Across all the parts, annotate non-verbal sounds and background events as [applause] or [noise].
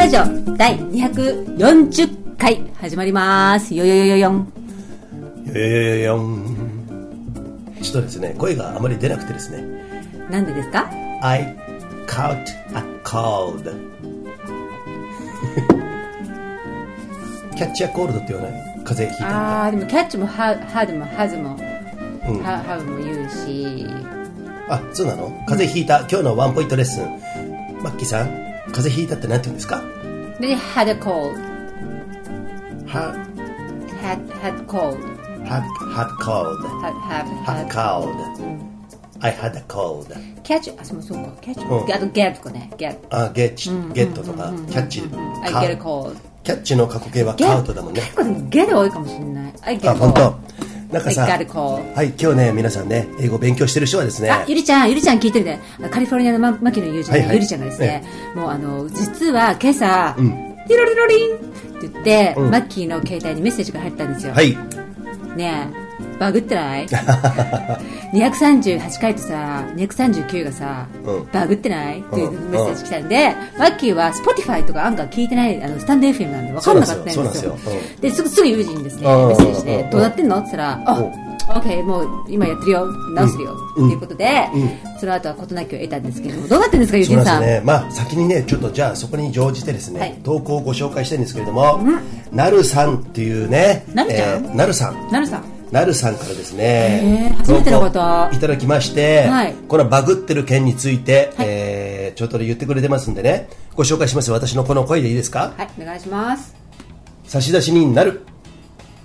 第240回始まります。よよよよよん。えーよんちょっとですね声があまり出なくてですねなんでですか I caught a cold [laughs] キャッチアコールドって言わない風邪ひいたあー、でもキャッチもハハードもハズも、うんハハブも言うし、あそうなの風邪ひいた今日のワンポイントレッスンマッキーさん風邪ひいたってなんて言うんですかで、had a cold, は had, had cold, had had cold had, had had, had. cold I had a cold キャッチ、あ、そうそうか、キャッチ、うんあとゲットとかね、ゲット。あゲッチゲットとかキャッチ I カ get a cold. キャッチの過去形はカウトだもんね結構でもゲット多いかもしれない。I get あ a cold. 本当なんかさ I got a call. はい今日ね皆さんね英語勉強してる人はですねあ、ゆりちゃん、ゆりちゃん聞いてるね。あカリフォルニアのママキの友人のはいはいゆりちゃんがですね、もうあの、実は今朝、リロリロリンって言って、うんマッキーの携帯にメッセージが入ったんですよ。はいねえ、バグってない [laughs] ?238 回とさ、239がさ、うんバグってないっていううんメッセージ来たんで、マッキーは Spotify とかアンカー聞いてない、あの、スタンド FM なんで分かんなかったんですよ。そうなんですよそうなんですよで、すぐ、すぐ友人にですね、メうんッセージうでんう、んどうなってんのって言ったら、あ、うん OK、もう今やってるよ、直してるよ、うんっていうことで、その後は事なきを得たんですけれども、どうなってんですか、友そう人なさん。んですねまあ先にねちょっとじゃあそこに乗じてですね、はい投稿をご紹介したいんですけれども、なるさんっていうねなるちゃんーなるさんなるさん。なるさんからですへねー、初めての方投稿いただきまして、はいこのバグってる件について、えーちょっと言ってくれてますんでね、ご紹介しますよ。私のこの声でいいですかはい、お願いします。差出人になる。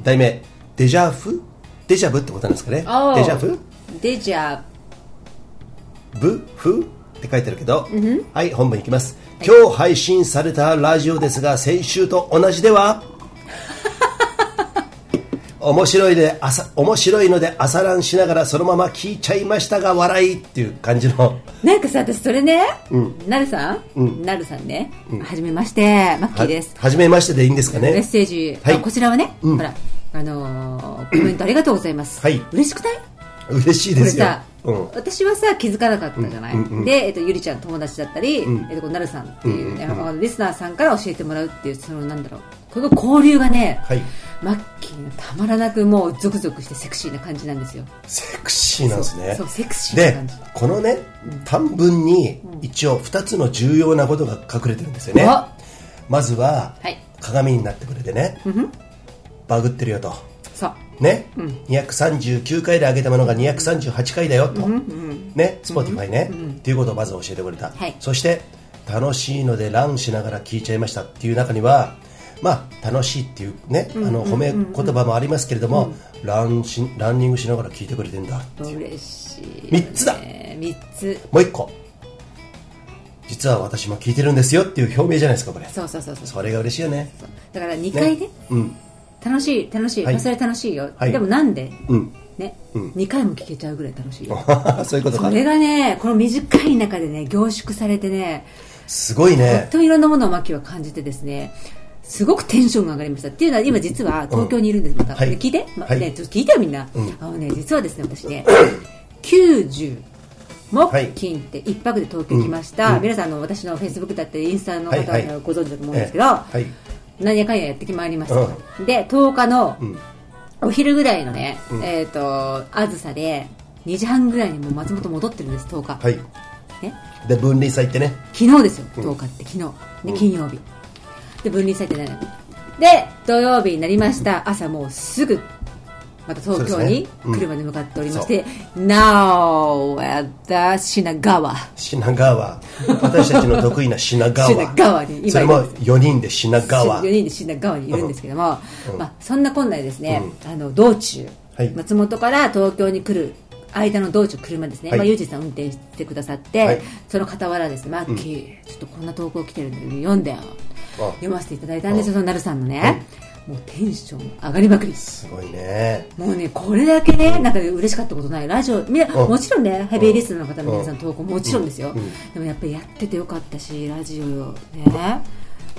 題名、デジャフデジャブってことなんですかねおーデジャフデジャブ。ブフって書いてあるけど、はい、本文いきます。今日配信されたラジオですが、先週と同じ [laughs] では面白いで朝面白いので朝ランしながらそのまま聞いちゃいましたが笑いっていう感じのなんかさ私それね、なるさん、なるさんね、はじめましてマッキーです、はじめましてでいいんですかメッねセージ、はいあこちらはね、んほらあのーコメントありがとうございます、はい嬉しくない嬉しいこでれすよさ、うん、私はさ気づかなかったじゃない、で、えっと、ゆりちゃん友達だったり、えっと、こうなるさんっていう、あのリスナーさんから教えてもらうっていうそのなんだろうこの交流がね、はいマッキーがたまらなくもうゾクゾクしてセクシーな感じなんですよセクシーなんですねそうそうセクシーなで感じこのね短文に一応2つの重要なことが隠れてるんですよねあまずははい鏡になってくれてねバグってるよとそうね239回で上げたものが238回だよとねスポティファイねっていうことをまず教えてくれたはいそして楽しいのでランしながら聞いちゃいましたっていう中にはまあ楽しいっていうねあの褒め言葉もありますけれどもランしランニングしながら聞いてくれてんだっていう嬉しいよね、三つだ三つもう一個実は私も聞いてるんですよっていう表明じゃないですかこれそうそうそうそうそれが嬉しいよねそうだから2回ねうん楽しい楽しい、はいそれは楽しいよ、はいでもなんで、うんね2回も聞けちゃうぐらい楽しいよ [laughs] そういうことそかれがねこの短い中でね凝縮されてねすごといっねといろんなものをマキは感じてですねすごくテンションが上がりましたっていうのは今実は東京にいるんですまた、はいで聞いて、まはいね、ちょっと聞いてよみんな、あのね実はですね私ね90木はい金って一泊で東京来ました、皆さんあの私のフェイスブックだったりインスタの方ははいはいご存知だと思うんですけええど、はい何やかんややってきまいりました、で10日のんお昼ぐらいのね、えっ、とあずさで2時半ぐらいにもう松本戻ってるんです10日、はいね、で分離祭ってね昨日ですよ10日って昨日で金曜日で分離されてないで土曜日になりました朝もうすぐまた東京にそうですねうん車で向かっておりまして「NOW 私品川」品川私たちの得意な品川品川に今いますそれも4人で品川4人で品川にいるんですけども、まあ、そんなこんなでですね、あの道中、はい松本から東京に来る間の道中車ですね、はいまあ、ユージさん運転してくださって、はいその傍らですねマッキー、ちょっとこんな投稿来てるんだけど読んだよ読ませていただいたんですよそのなるさんのね、もうテンション上がりまくりすごいねもうね、これだけね、なんか嬉しかったことない。ラジオ、みうんもちろんね、ヘビーリスナーの方の皆さん投稿もちろんですようんうん。でもやっぱりやっててよかったし、ラジオよね、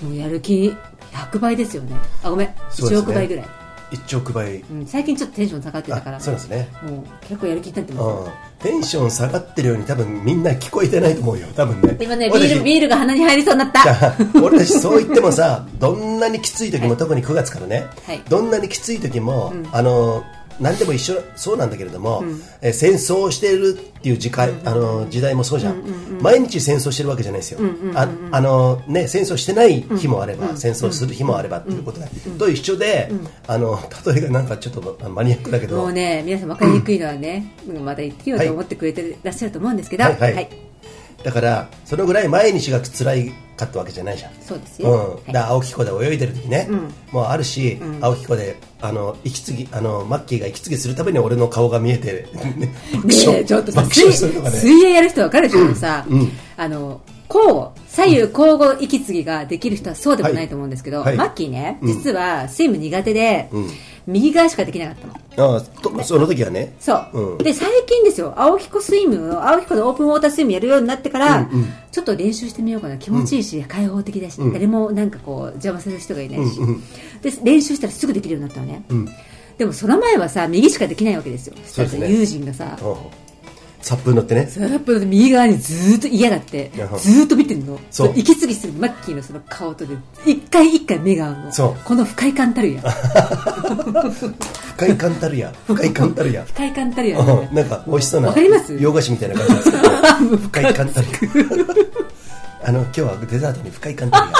もうやる気100倍ですよね。あ、ごめん、そ1うですね億倍ぐらい。 1億倍うん、最近ちょっとテンション下がってたからあそうなんですねもう結構やる気になってますうんテンション下がってるように多分みんな聞こえてないと思うよ多分ね今ねビ俺たーちルビールが鼻に入りそうになっじゃたあ俺たちそう言ってもさどんなにきつい時も、特に9月からね、はいどんなにきつい時も、あの何でも一緒そうなんだけれども、えー戦争をしているっていう時代,、あの時代もそうじゃん,、毎日戦争してるわけじゃないですよ、ああのね、戦争してない日もあれば、戦争する日もあればっていうことで、と一緒で、あの例えがなんかちょっとあのマニアックだ [laughs] けもど、うね皆さん分かりにくいのはね、うんまだ言ってようと思ってくれてらっしゃると思うんですけどはいはいだからそのぐらい毎日が辛いかったわけじゃないじゃんそうですよ、うん、だから青木湖で泳いでる時ね、もうあるし、青木湖であの息継ぎあのマッキーが息継ぎするために俺の顔が見えて、ね、ねえちょっとさ爆水笑するとかね水泳やる人は分かるでしょさ、あの交互左右交互息継ぎができる人はそうでもないと思うんですけど、はいマッキーね、うん実はスイム苦手で、うん右側しかできなかったのあとその時はねそう、うんで最近ですよ青木湖スイム青木湖のオープンウォータースイムやるようになってから、ちょっと練習してみようかな気持ちいいし、開放的だし、誰もなんかこう邪魔する人がいないし、うんうんで練習したらすぐできるようになったのね、んでもその前はさ右しかできないわけですよそうですね友人がさうんサップに乗ってねやっぱ右側にずーっと嫌がっていやずーっと見てるのそうの息継ぎするマッキーのその顔とで一回一回目が合うのそうこの不快感た [laughs] るや不快感た [laughs] るや不快感たるや不快感たるやうんなんか美味しそうなわかります洋菓子みたいな感 [laughs] じなんですけど不快感たるやあの今日はデザートに不快感た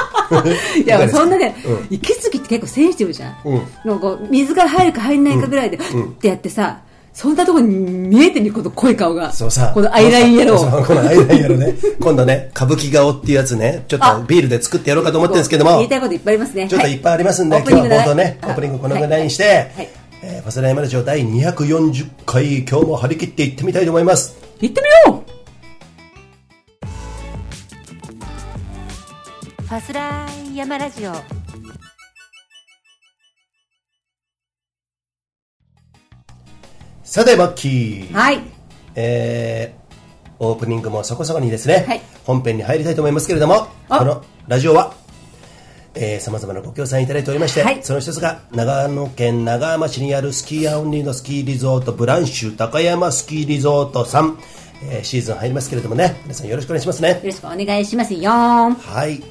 るいややそんなね、うん息継ぎって結構センシティブじゃん、うんなんか水が入るか入んないかぐらいで、ってやってさそんなとこに見えてるこの濃い顔がそうさ。このアイラインやろそうこのアイラインやろね。今度ね、歌舞伎顔っていうやつね、ちょっとビールで作ってやろうかと思ってるんですけども言い、たいこといっぱいありますねちょっといっぱいありますんで、はい今日は冒頭ね、オオーーププニニングこングこののぐらぐらいいににししてて、えーファスナーマルジオ第240回、今日も張り切っていってみたいと思います。行ってみようファスライヤマラジオさて、マッキー。はいえーオープニングもそこそこにですね、はい本編に入りたいと思いますけれども、あこのラジオは、えー、様々なご協賛いただいておりまして、はいその一つが、長野県長浜市にあるスキーアオンリーのスキーリゾート、ブランシュ高山スキーリゾートさん、えーシーズン入りますけれどもね、皆さんよろしくお願いしますね。よろしくお願いしますよーんはい。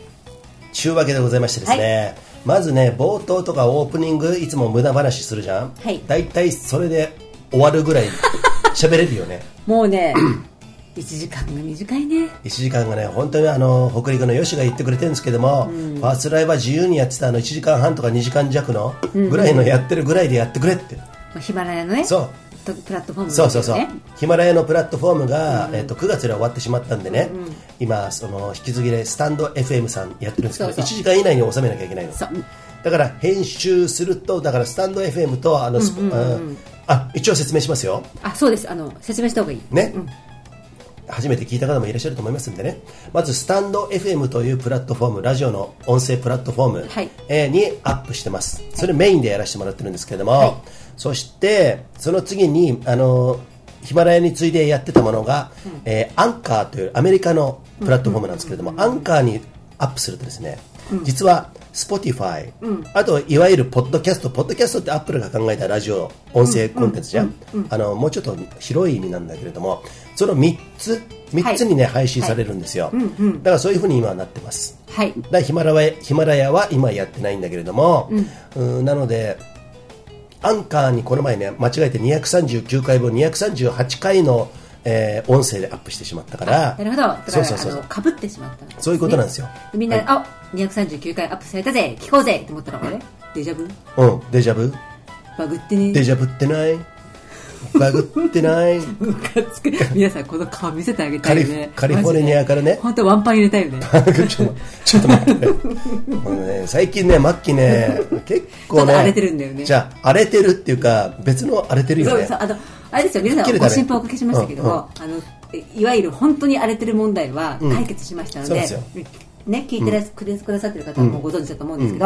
ちゅうわけでございましてですね、まずね、冒頭とかオープニング、いつも無駄話するじゃん。はい大体それで終わるぐらい喋れるよ [laughs] ね。もう [clears throat] ね1時間が短いね1時間がね本当にあの北陸のよしが言ってくれてるんですけども、ファーストライブは自由にやってたあの1時間半とか2時間弱のぐらいのやってるぐらいでやってくれって、まあヒマラヤのねそとうプラットフォームそうそうそう、ねヒマラヤのプラットフォームが、えっと9月で終わってしまったんでね、今その引き継ぎでスタンド FM さんやってるんですけどそうそう1時間以内に収めなきゃいけないのそうだから編集するとだからスタンド FM とあのスポあ一応説明しますよあそうですあの説明した方がいいね、初めて聞いた方もいらっしゃると思いますんでねまずスタンド FM というプラットフォームラジオの音声プラットフォーム、はいえーにアップしてますそれメインでやらせてもらってるんですけれども、はいそしてその次にあのヒマラヤに次いでやってたものが、えーアンカーというアメリカのプラットフォームなんですけれども、アンカーにアップするとですね、実は Spotify、あといわゆるポッドキャストポッドキャストってアップルが考えたラジオ音声コンテンツじゃん、あのもうちょっと広い意味なんだけれどもその3つ3つにね、配信されるんですよ、だからそういうふうに今はなってますはいだからヒマラヤヒマラヤは今やってないんだけれども、うんなのでアンカーにこの前ね間違えて239回分238回の、えー音声でアップしてしまったからなるほどだからそうそうそうあそのうかぶってしまったんですねそういうことなんですよみんな、はいあ239回アップされたぜ聞こうぜと思ったらあれデジャブうんデジャブバグってねデジャブってないバグってない [laughs] ムカつく皆さんこの顔見せてあげたカいリよフねカリフォルニアからね本当ワンパン入れたいよねちょっとちょっと待ってねもうね最近ね末期ね結構ちょねっと荒れてるんだよねじゃあ荒れてるっていうか別の荒れてるよそうねそうあのあれですよ皆さ吹っん切れたごね心配おかけしましたけども、うんあのいわゆる本当に荒れてる問題はうん解決しましたのそうで,、ですよね、聞いてらっくれくださってる方はもうご存知だと思うんですけ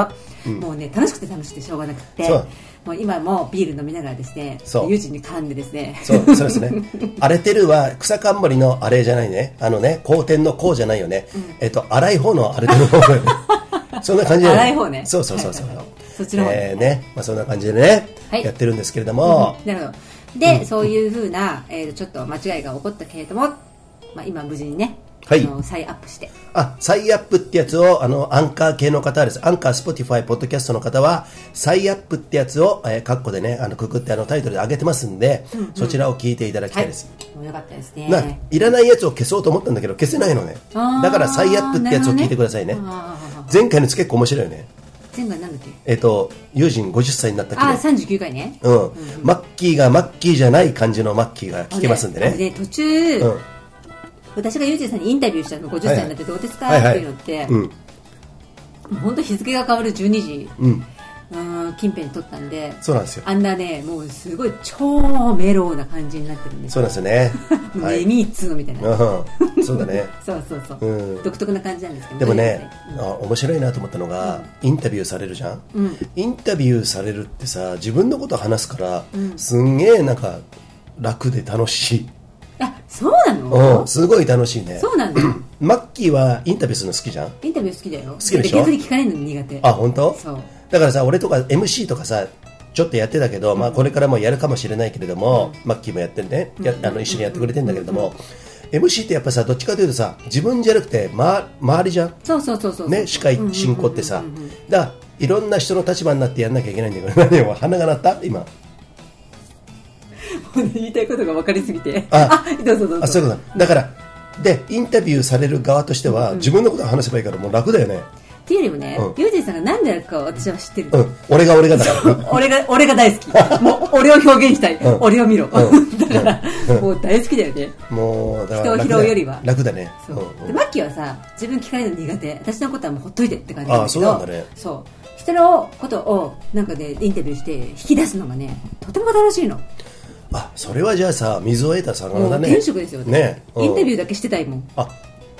ど、もうね楽しくて楽しくてしょうがなくてそうもう今もビール飲みながらですねそう友人に噛んでですね [laughs] そう、そうですね。 [laughs] 荒れてるは草冠のあれじゃないね。あのね、好天のこうじゃな [laughs] いよね。えっと、荒い方の荒れてる方がねそんな感じだよ荒い方ねそうそうそうそう。はいはそっちの方にえーねまあ、そんな感じでね、はいやってるんですけれども、なるほどで、そういうふうな、えー、とちょっと間違いが起こったけれども、まあ、今無事にね、はいあの再アップしてあ、サイアップってやつを、あの、アンカー系の方はです。アンカー、スポティファイ、ポッドキャストの方は、サイアップってやつを、えー、カッコでね、あの、くくって、あの、タイトルで上げてますんで、そちらを聞いていただきたいです。もうよかったですねな、いらないやつを消そうと思ったんだけど、消せないのね。あーだから、サイアップってやつを聞いてくださいね。なるほどねあー前回のやつ結構面白いよね。前回なんだっけえっ、と、友人50歳になったああ記39回ね念。うん。マッキーがマッキーじゃない感じのマッキーが聞けますんであのね。途中、うん。私がユージさんにインタビューしたの50歳になってどうですか、はいはっいていうのって、うん。もう本当日付が変わる12時うん。うん近辺に撮ったんでそうなんですよ。あんなねもうすごい超メローな感じになってるんですそうよ。なんですよね [laughs] はネい。ミーっつうのみたいな、うん。そうだね。そうそうそう、うん独特な感じなんですけどでもね、あ面白いなと思ったのが、インタビューされるじゃん、インタビューされるってさ自分のこと話すから、すんげえなんか楽で楽しい、あそうなうのん、すごい楽しいねそうなんだマッキーはインタビューするの好きじゃんインタビュー好きだよ好きでしょ逆に聞かれるの苦手あ本当そうだからさ俺とか MC とかさちょっとやってたけど、まあ、これからもやるかもしれないけれども、マッキーもやってるねやあの一緒にやってくれてんだけれども、MC ってやっぱさどっちかというとさ自分じゃなくて、ま、周りじゃんそうそうそうそうね、司会進行ってさ、だからいろんな人の立場になってやんなきゃいけないんだけど、何よ鼻が鳴った今。もうね [laughs] 言いたいことが分かりすぎてあどうぞどうぞあ、そういうことだ。だから、で、インタビューされる側としては、自分のことを話せばいいから、もう楽だよね。っていうよりもね、うユージさんが何であるかは私は知ってる、うん、俺が俺がだから。俺が俺が大好きもう俺を表現したい、うん俺を見ろ、 [laughs] んだから、うんもう大好きだよねもう、だから楽人を拾うよりは楽だね。そうう、んうでんマッキーはさ自分聞かれるの苦手私のことはもうほっといてって感じだけどあそうなんだねそう人のことをなんかねインタビューして引き出すのがねとても楽しいの、あ、それはじゃあさ、水を得た魚もだうね。天職ですよ私ね。インタビュュー。ーだけしてたいもんあ、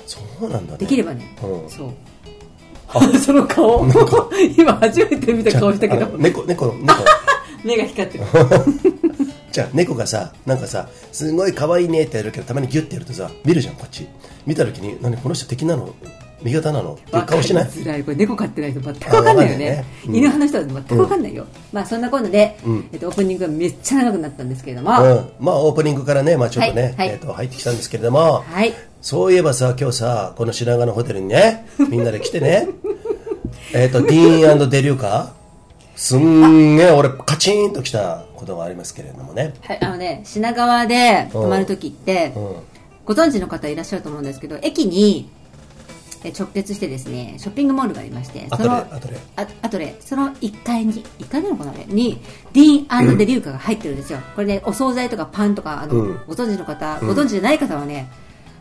そうなんだね。できればね、うんそう [laughs] その [laughs] 顔今初めて見た顔したけじどゃああの猫、猫、猫。 [laughs] 目が光ってるじゃあ猫がさなんかさすごい可愛いねってやるけどたまにギュッてやるとさ見るじゃんこっち見た時に何この人敵なの味方なのっていう顔しないわかりづらいこれ猫飼ってない人全くわかんないよねあわかんないねうん犬派の人は全くわかんないよ、まあそんなこんなで、うんえっと、オープニングがめっちゃ長くなったんですけれども、うん、まあオープニングからね、まあ、ちょっとね、はいはいえー、と入ってきたんですけれども、はいそういえばさ今日さこの品川のホテルにねみんなで来てね [laughs] えっとディーンデリューカーすんげえ俺カチンときたことがありますけれどもねはい、あのね品川で泊まる時って、うんご存知の方いらっしゃると思うんですけど駅にえ直結してですねショッピングモールがありましてアトそレのアトレあアトレその1階に1階なのかなあれにディーンデリューカが入ってるんですよこれねお惣菜とかパンとかあの、うんご存知の方ご存知じゃない方はね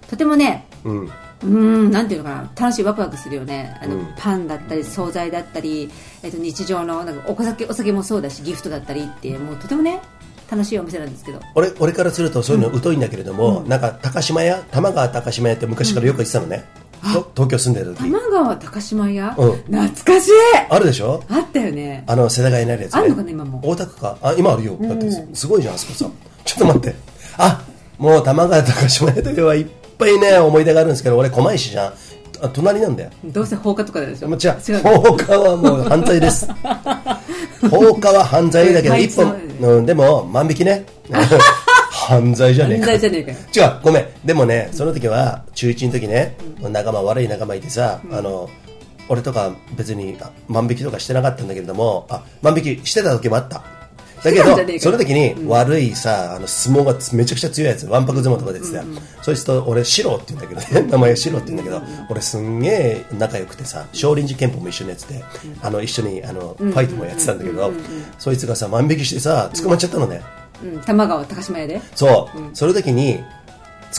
とてもねうんうーんなんていうのかな楽しいワクワクするよねあの、うんパンだったり惣菜だったり、えっと、日常のなんかお酒お酒もそうだしギフトだったりってもうとてもね楽しいお店なんですけど俺俺からするとそういうの疎いんだけれども、なんか高島屋玉川高島屋って昔からよく言ってたのね、と東京住んでる時玉川高島屋、うん懐かしいあるでしょあったよねあの世田谷にあるやつ、ね、あんのかな今も大田区かあ今あるよだってうすごいじゃんあそこさちょっと待ってあもう玉川高島屋とかはいっぱいね思い出があるんですけど俺狛江市じゃんあ隣なんだよどうせ放火とかでしょもう違う違う放火はもう犯罪です [laughs] 放火は犯罪だけどはい一本、そうん、でも万引 [laughs] きね犯罪じゃねえ犯か罪じゃねえかよ違うごめんでもねその時は中1の時ね、仲間悪い仲間いてさ、あの俺とか別にあ万引きとかしてなかったんだけれどもあ万引きしてた時もあっただけしてたんじゃねえどかその時に悪いさ、あの相撲がめちゃくちゃ強いやつわんぱく相撲とか出てたよ、そいつと俺シロって言うんだけどね名前はシロって言うんだけど、俺すんげえ仲良くてさ少林寺拳法も一緒のやつで、あの一緒にあのファイトもやってたんだけど、そいつがさ万引きしてさ捕まっちゃったのね、うん、玉川高島屋でそう、その時に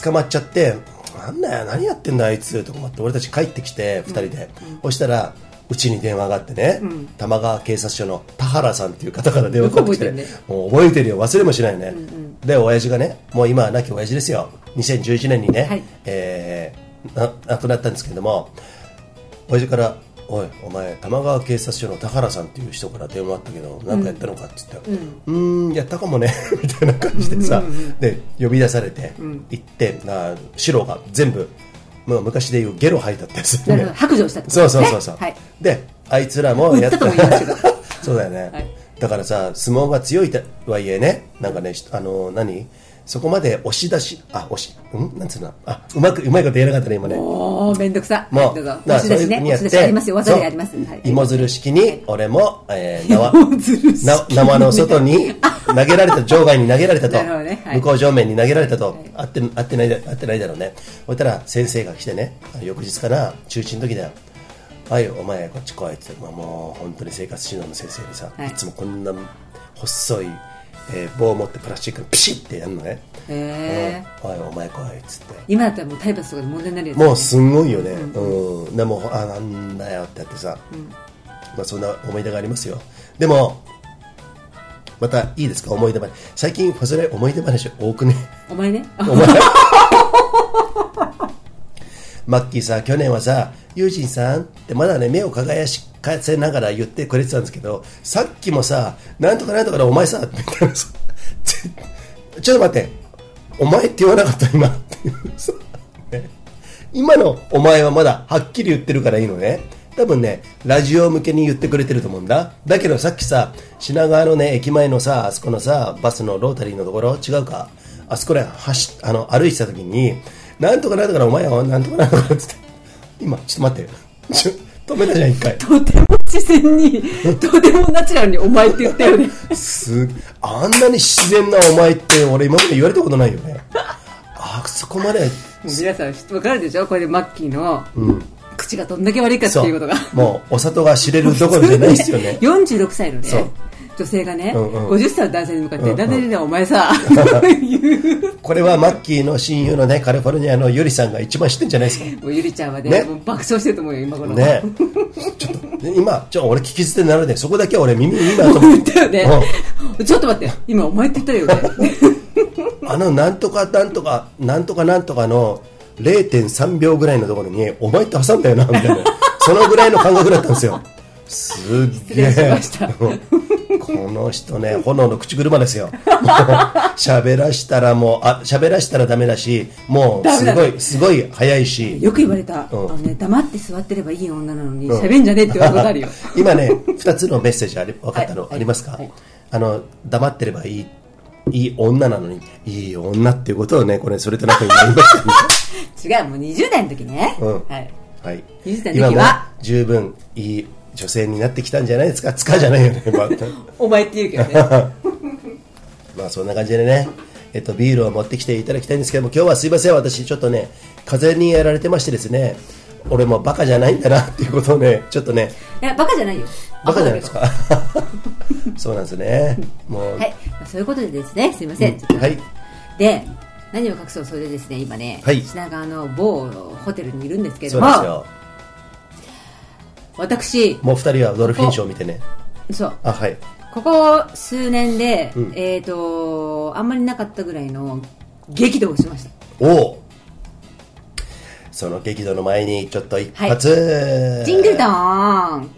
捕まっちゃってなんだよ何やってんだあいつとか思って俺たち帰ってきて2人で、そしたらうちに電話があってね、玉川警察署の田原さんっていう方から電話がかかってきて、よく覚えてもう覚えてるよ忘れもしないよね、で親父がねもう今は亡き親父ですよ2011年にね、はいえーな亡くなったんですけども親父から「おいお前玉川警察署の田原さんっていう人から電話あったけど何かやったのか?」っつって「うーんやったかもね」 [laughs] みたいな感じでさ、で呼び出されて行って、なシロが全部、まあ、昔でいうゲロ吐いたってやつなるほど白状したってことそうですそうねそうそう、はいであいつらもや売ったとも言いますけど [laughs] そうそうだよね、はいだからさ相撲が強いとはいえねなんかねしあの何そこまで押し出しあ押しうんなんつうのあうまくうまいこと言えなかったね今ねおー、めんどくさ。もう、どうぞ。押だかしら出しね。そういうふうにや押しって出しありますよ。技そうであります。はい芋づる式に、俺も、えー、[laughs] 縄、芋づる式な縄の [laughs] 外に投げられた、場外に投げられたとなるほどね、はい向こう正面に投げられたと、合って、合ってないだ、合ってないだろうね。そしたら、先生が来てね、翌日かな、中止の時だよ。はい、お前、こっち来いって言って、まあ、もう、本当に生活指導の先生にさ、はいい、つもこんな、細い、えー棒を持ってプラスチックのピシッってやるのね。へーうんおい、お前来いっつって。今だったらもう体罰とかで問題になるよね。もうすんごいよね、うんでもあなんだよってやってさ、まあ、そんな思い出がありますよでもまたいいですか思い出話最近ファズレ思い出話多 [laughs] くねお前ね。あお前マッキーさ去年はさユージンさんってまだね目を輝かせながら言ってくれてたんですけどさっきもさなんとかなんとかのお前さみたいなさちょっと待ってお前って言わなかった今っていうさ今のお前はまだはっきり言ってるからいいのね多分ねラジオ向けに言ってくれてると思うんだだけどさっきさ品川のね駅前のさあそこのさバスのロータリーのところ違うかあそこら走あの歩いてた時になんとかなんとかのお前はなんとかなんとかっつって今ちょっと待ってちょ止めたじゃん一回とても自然に、とてもナチュラルにお前って言ったよね。すあんなに自然なお前って俺今まで言われたことないよねあそこ [laughs] までもう皆さん知ってわかるでしょこれでマッキーの口がどんだけ悪いかっていうことが。もうお里が知れるどころじゃないです [laughs] よね46歳のねそう、女性がね、うんうん50歳の男性に向かって、なんでね、お前さ、 [laughs] 言う。これはマッキーの親友のね、カリフォルニアのユリさんが一番知ってんじゃないですか。もうゆりちゃんはね、ねもう爆笑してると思うよ、今頃。ねちょっと、今、ちょ、俺聞き捨てになるで、そこだけは俺耳いいなと思 [laughs] っ。言ってたよね。ちょっと待って、今お前って言ったよ [laughs] ね。うんあの、なんとかなんとか、なんとかなんとかの0.3秒ぐらいのところに、お前って挟んだよな、みたいな。そのぐらいの感覚だったんですよ。すっげえ。失礼しましたうんこの人ね、炎の口車ですよ。も [laughs] う喋らしたらもう、あ、喋らしたらダメだし、もう、ダメすだねごい、すごい早いし。よく言われた、うんあのね、黙って座ってればいい女なのに、うん喋んじゃねえって言われたことある [laughs] よ。今ね2つのメッセージあり分かったの、はいありますか、はいあの黙ってればいいいい女なのにいい女っていうことをねこれそれとなく言いま [laughs] した違ね、う、もう20代の時ね。うんはい。はい水谷今の時もは十分いい女性になってきたんじゃないですかつかじゃないよ [laughs] ね、まあ、お前って言うけど [laughs] ね。まあそんな感じでねえっと、ビールを持ってきていただきたいんですけども今日はすいません私ちょっとね風にやられてましてですね俺もバカじゃないんだなっていうことをねちょっとねいや、バカじゃないよ。バカじゃないですアホか [laughs] そうなんですねもうだけど。はい。まあそういうことでですね、すいません。はいで、何を隠そう、それでですね、今ね、はい品川の某ホテルにいるんですけれそどうですも、よ。私、もう二人はドルフィン賞を見てね。そう、あ、はい。ここ数年で、うんえっ、と、あんまりなかったぐらいの激怒をしました。おお。その激怒の前にちょっと一発。ジングルドーン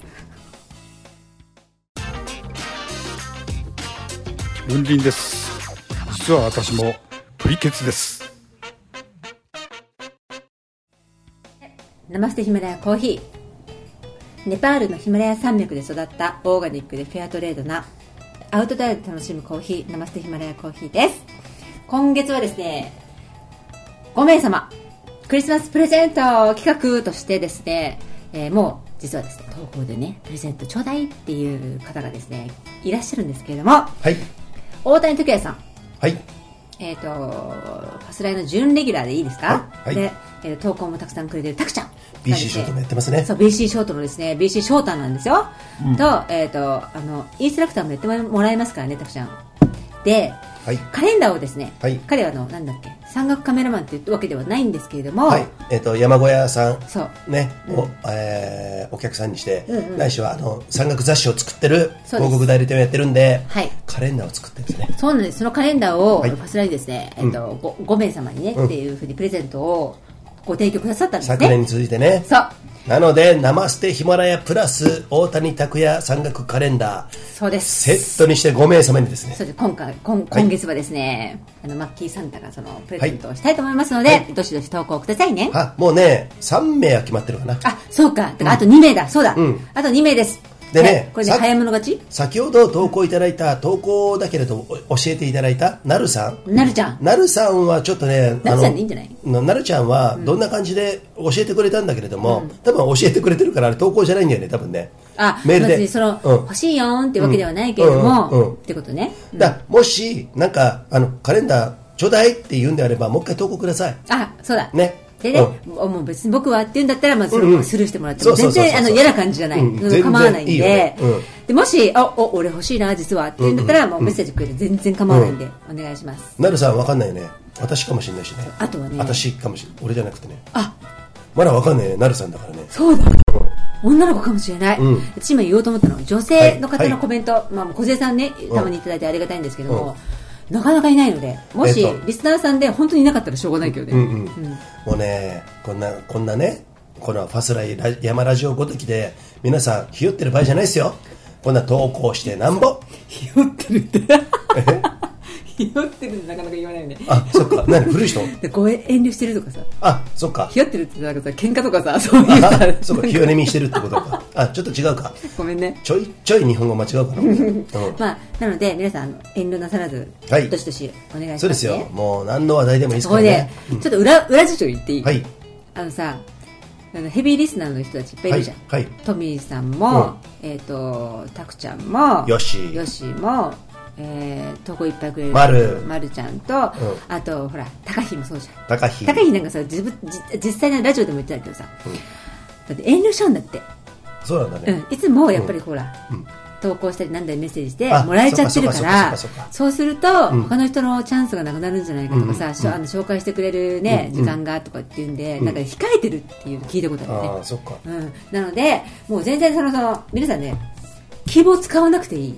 文林です実は私もプリケツです生してヒマラヤコーヒーネパールのヒマラヤ山脈で育ったオーガニックでフェアトレードなアウトドアで楽しむコーヒー生してヒマラヤコーヒーです今月はですね5名様クリスマスプレゼント企画としてですね、えーもう実はですね投稿でねプレゼントちょうだいっていう方がですねいらっしゃるんですけれどもはい。大谷徳也さんはい。えっ、とファスライの準レギュラーでいいですか、はいはいで、えー投稿もたくさんくれてるタクちゃん BC ショートもやってますねそう BC ショートのですね BC ショータンなんですよ、と,、えー、とあのインストラクターもやってもらえますからねタクちゃんで、はいカレンダーをですね、はい彼はあのなんだっけ山岳カメラマンっていうわけではないんですけれども、はい。えっ、と、山小屋さん。そうね、を、えーお客さんにして、うんうんないしは、あの、山岳雑誌を作ってる、そうです広告代理店をやってるんで、はいカレンダーを作ってるんですね。そうなんですそのカレンダーを、はいファスライにですね、えーと 5, 名様にね、っていうふうにプレゼントをご提供くださったんですね昨年に続いてね。そうなので、ナマステヒマラヤプラス大谷拓也山岳カレンダー、そうですセットにして5名様にですね。それで今回今はい今月はですね、あのマッキーサンタがそのプレゼントはをしたいと思いますので、はいどしどし投稿くださいね。あ、もうね、3名は決まってるかな。あ、そうか。だからあと2名だ。そうだ。うんあと2名です。でねこれでさっき早物勝ち先ほど投稿いただいた、投稿だけれどお教えていただいたなるさんなるちゃんなるさんはちょっとねなるさんでいいんじゃないのなるちゃんはどんな感じで教えてくれたんだけれども、多分教えてくれてるからあれ投稿じゃないんだよね多分ねあメール別にでその、うん欲しいよーんってわけではないけれども、うんうんうんってことねだもしなんかあのカレンダーちょうだいって言うんであればもう一回投稿くださいあそうだねでね、もう別に僕はって言うんだったら、まあ、それうんうもんスルーしてもらってそもうそ全うそうそう然あの嫌な感じじゃない、うんその全然構わないんでいいよねうんでもしあお俺欲しいな実はって言うんだったら、もうメッセージくれて全然構わないんで、お願いしますなるさんわかんないよね私かもしれないしねあとはね私かもしれない俺じゃなくてねあまだわかんないねなるさんだからねそうだ女の子かもしれない、うん私今言おうと思ったの女性の方はのいコメント、まあ、小杉さんねうんたまにいただいてありがたいんですけども、なかなかいないのでもし、えっとリスナーさんで本当にいなかったらしょうがないけどね、うんうんもうねこんなこんなねこのファスライラ山ラジオごときで皆さんひよってる場合じゃないですよこんな投稿してなんぼひよってるってひよってるってなかなか言わないよねあそっか何古い人でご遠慮してるとかさあそ [laughs] っかひよってるってなんかさ喧嘩とかさそういうさあそっかひよねみしてるってことかあちょっと違うかごめんねちょいちょい日本語間違うかな、うんまあなので皆さんあの遠慮なさらず、はいどしどしお願いします、ね、そうですよもう何の話題でもいいですそかこらで、ねちょっと裏裏事情言っていい、はいあのさあのヘビーリスナーの人たちいっぱいいるじゃん、はいはいトミーさんも、えっ、とタクちゃんもよしよしもえー、投稿いっぱいくれるまるまるちゃんと、あとほら高ひもそうじゃん高飛高ひなんかさ自分じ実際のラジオでも言ってたけどさ、だって遠慮しちゃうんだって、そうなんだうねん、いつもやっぱりほら、うん投稿したりなんだりメッセージしてあもらえちゃってるからそっかそっかそっかそっかそっかそうするとん他の人のチャンスがなくなるんじゃないかとかさ、しょあの紹介してくれる、ね時間がとかっていうんで、なんか控えてるっていうの聞いたことあるねああそっかうん、なのでもう全然そのその皆さんね希望使わなくていい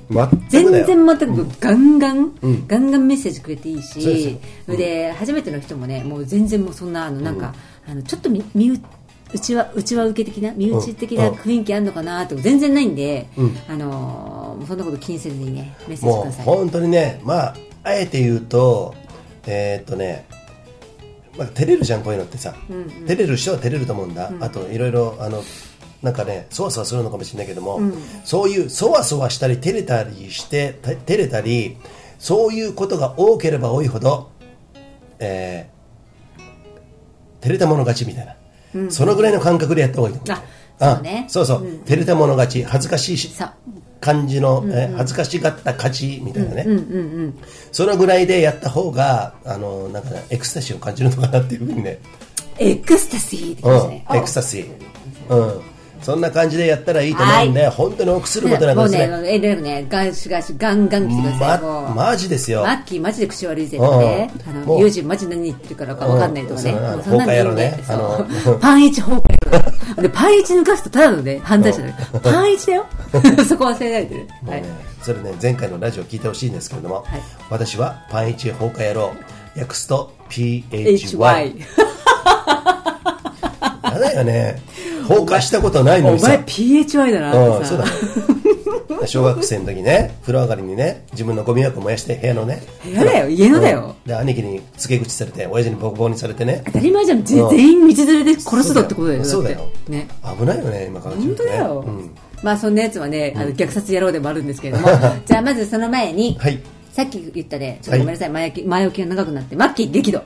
全全くだ然よ全くガンガン、うんガンガンメッセージくれていいしそうですよで初めての人もねもう全然もうそんなあのなんか、あのちょっとみ身内うちはうちは受け的な身内的なうん雰囲気あるのかなとか全然ないんで、うんあのーもうそんなこと気にせずにねメッセージくもだうさい本当にね、まあ、あえて言うと、えーっとね、まあ、照れるじゃん、こういうのってさ、んうん照れる人は照れると思うんだ、あといろいろ、あのなんかね、そわそわするのかもしれないけども、んそういうそわそわしたり、照れたりして、た照れたり、そういうことが多ければ多いほど、えー照れたもの勝ちみたいな、そのぐらいの感覚でやった方がいいと思う。あそうねんそうそう、照れたもの勝ち、恥ずかしいしそう感じの、え恥ずかしがった勝ちみたいなね、うんうんうんそのぐらいでやった方があのなんか、ね、エクスタシーを感じるのかなっていうふうにね、エクスタシーってう感じんね、エクスタシー、うん、そんな感じでやったらいいと思うんで本当に臆することなんかもでうね、すねもう遠慮なくね、ガシガシ、ガンガン来てください。もうま、マジですよマッキーマジで口悪いぜとかね、うんあもの、う友人マジ何言ってるからかわかんないとかね、うんもそうそんなのいいんで放火野郎ねそう [laughs] パン一崩壊で、パン一抜かすとただのね、犯罪者だよ。パン一 [laughs] だよそこ忘れないでね。もうはねい。それね前回のラジオ聞いてほしいんですけれども、はい私はパンイチ放火野郎訳すと PHY HY。やだよね放火したことないのおに前さ PHY だなうとん、そうさだ、ね [laughs] 小学生の時ね風呂上がりにね自分のゴミ箱燃やして部屋のね部屋だよ家のだようんで兄貴に付け口されて親父にボコボコにされてね当たり前じゃん。ぜうん全員道連れで殺すぞってことだよ。そうだっよてね。危ないよね今から本当だよ、うん、まあそんなやつはねあの虐殺野郎でもあるんですけれどもじゃあまずその前に、はいさっき言ったねちょっとごめんなさい、前置き前置きが長くなってマッキー激怒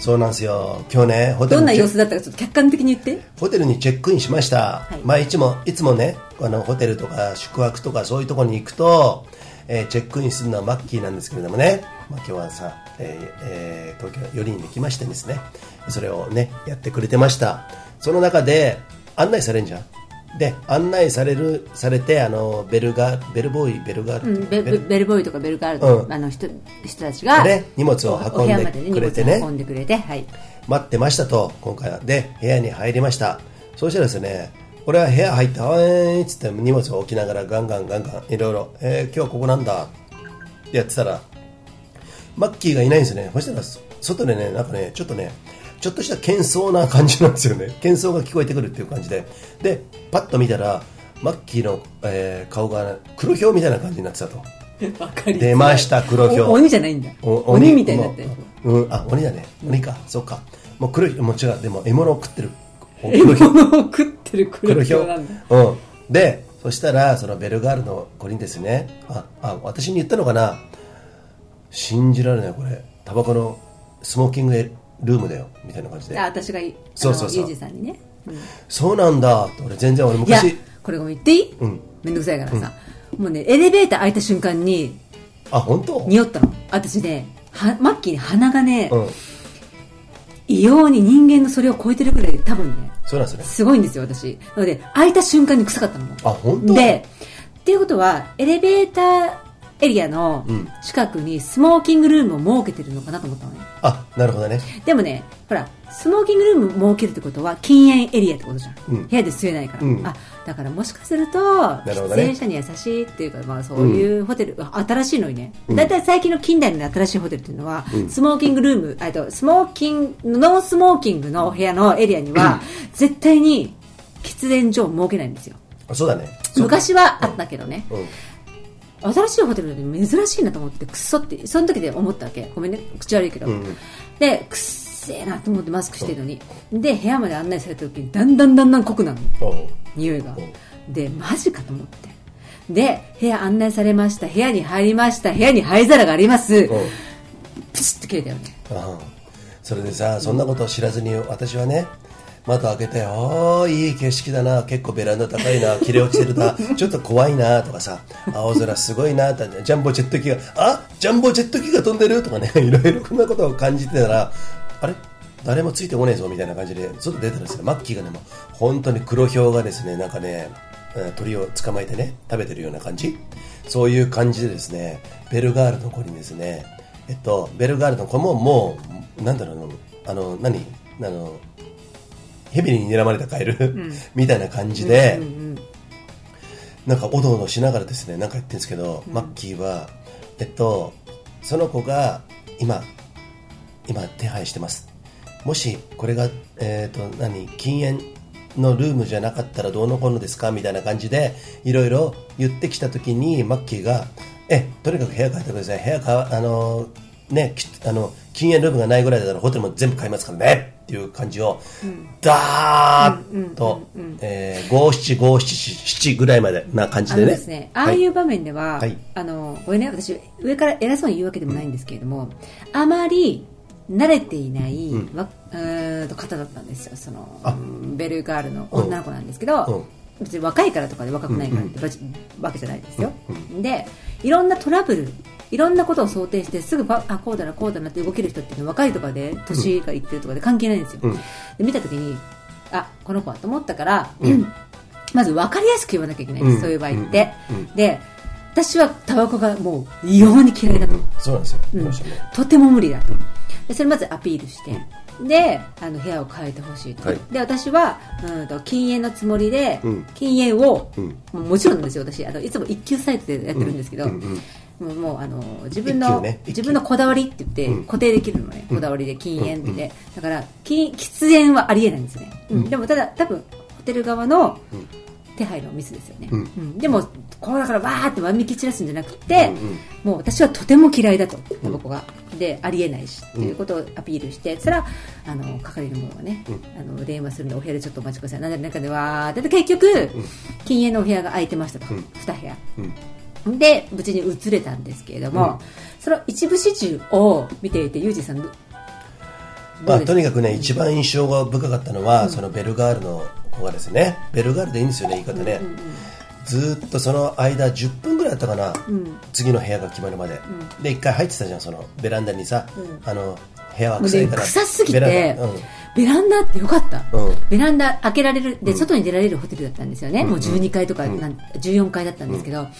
そうなんですよ今日ねホテどルんなに様子だったかちょっと客観的に言ってホテルにチェックインしました、はいまあいつもいつもねあのホテルとか宿泊とかそういうところに行くと、えーチェックインするのはマッキーなんですけれどもね、まあ、今日はさ、えーえー東京4人で来ましてですねそれをねやってくれてましたその中で案内されんじゃんで案内されるされてあのベルガベルボーイベルガールっていうベのベルベベルボーイとかベルガールとか、うんあの人人たちが、ね荷物を運んでお部屋までねくれてね荷物を運んでくれてはい待ってましたと今回はで部屋に入りましたそうしたらですね俺は部屋入って「はーい」っつって荷物を置きながらガンガンガンガンいろいろ「えー今日ここなんだ」ってやってたらマッキーがいないんですよねそしたらそ外でねなんかねちょっとねちょっとした喧騒な感じなんですよね喧騒が聞こえてくるっていう感じででパッと見たらマッキーの、えー顔が黒ひょうみたいな感じになってたとわかりづらい出ました黒ひょうお鬼じゃないんだお鬼みたいになってるもううん、あ鬼だね鬼か、そうかもう黒いもう違うでも獲物を食ってる獲物を食ってる黒黒ひひょょうなんだう、うん、でそしたらそのベルガールの子にですねああ私に言ったのかな信じられないこれタバコのスモーキングルームだよみたいな感じであ私がいあのそうそうそうユージさんにね、うんそうなんだって俺全然俺いや昔これごめん言っていい、うんめんどくさいからさ、もうねエレベーター開いた瞬間にあ本当匂ったの私ねはマッキーね鼻がね、うん異様に人間のそれを超えてるぐらいで多分ねそうなんですねすごいんですよ私なので開いた瞬間に臭かったのもあ本当でっていうことはエレベーターエリアのうん近くにスモーキングルームを設けてるのかなと思ったのねあなるほどねでもねほらスモーキングルーム設けるってことは禁煙エリアってことじゃん、うん部屋で吸えないから、うんあだからもしかするとるほ喫どね煙者に優しいっていうか、まあ、そういうホテル、新しいのにね大体、最近の近代の新しいホテルっていうのは、スモーキングルームあえっとスモーキングノースモーキングの部屋のエリアには、絶対に喫煙所を設けないんですよあそうだねそうか昔はあったけどね、うん新しいホテルで珍しいなと思ってクソってその時で思ったわけごめんね口悪いけど、んでくっせえなと思ってマスクしてるのにで部屋まで案内された時にだんだんだんだん濃くなるのおう匂いがでマジかと思ってで部屋案内されました部屋に入りました部屋に灰皿がありますおうプチッと切れたよねうんそれでさそんなことを知らずに私はね窓開けて「おーいい景色だな結構ベランダ高いな切れ落ちてるなちょっと怖いな」とかさ「青空すごいな」とか「ジャンボジェット機があジャンボジェット機が飛んでる」とかね [laughs] いろいろこんなことを感じてたらあれ誰もついてこねえぞみたいな感じで外出たらですねマッキーがねもう本当に黒ヒョウがですねなんかねうん鳥を捕まえてね食べてるような感じそういう感じでですねベルガールの子にですねえっと、ベルガールの子ももう、なんだろうな、あの、何あの、ヘビに睨まれたカエル、みたいな感じで、なんかおどおどしながらですね、なんか言ってるんですけど、マッキーは、えっと、その子が今、今手配してます。もしこれが、えー、と何禁煙のルームじゃなかったらどうのこうのですかみたいな感じでいろいろ言ってきた時にマッキーが「えとにかく部屋変えてください部屋かあの、ね、きあの禁煙ルームがないぐらいだったらホテルも全部買いますからね」っていう感じを、ダーッとえー五七五七七ぐらいまでな感じあのでねですね、ああいうう場面では、はいあのごめんね私上から偉そうに言うわけでもないんですけれども、あまり慣れていない、わうーんと方だったんですよそのあベルガールの女の子なんですけど、別に若いからとかで若くないからってわ,、けじゃないですよ、でいろんなトラブルいろんなことを想定してすぐばあこうだなこうだなって動ける人っていうのは若いとかで年がいってるとかで関係ないんですよ、うんで見た時にあこの子はと思ったから、まず分かりやすく言わなきゃいけない、うんそういう場合って、で私はタバコがもう異様に嫌いだと、そうなんですよ、うんこの人ねとても無理だとでそれまずアピールして、であの部屋を変えてほしいと、はいで私はうんと禁煙のつもりで、うん禁煙を、うんもうもちろんですよ私あのいつも一級サイトでやってるんですけど、うんうんもうもうあの自分の、一級ね一級自分のこだわりって言ってうん固定できるのね、こだわりで禁煙って、だから禁喫煙はありえないんですね、うんでもただ多分ホテル側の手配のミスですよね、うんうんでもこうだからわーってわめき散らすんじゃなくて、うんうんもう私はとても嫌いだとタバコが、でありえないしっていうことをアピールして、そしたらあの係の者がね、あの電話するんでお部屋でちょっとお待ちくださいなんで中でわーってで結局、禁煙のお部屋が空いてましたと、2部屋、で無事に移れたんですけれども、その一部始終を見ていてユージさんどまどうあ、ですとにかくね、一番印象が深かったのは、そのベルガールの子がですね、ベルガールでいいんですよね、言い方ね。ずーっとその間10分ぐらいだったかな、次の部屋が決まるまで、で一回入ってたじゃんそのベランダにさ、あの部屋はもう臭ねいから臭すぎてベラベンダラ,、うんンダってよかった、うんベランダ開けられるで外に出られるホテルだったんですよね、もう12階とか、なん14階だったんですけど、も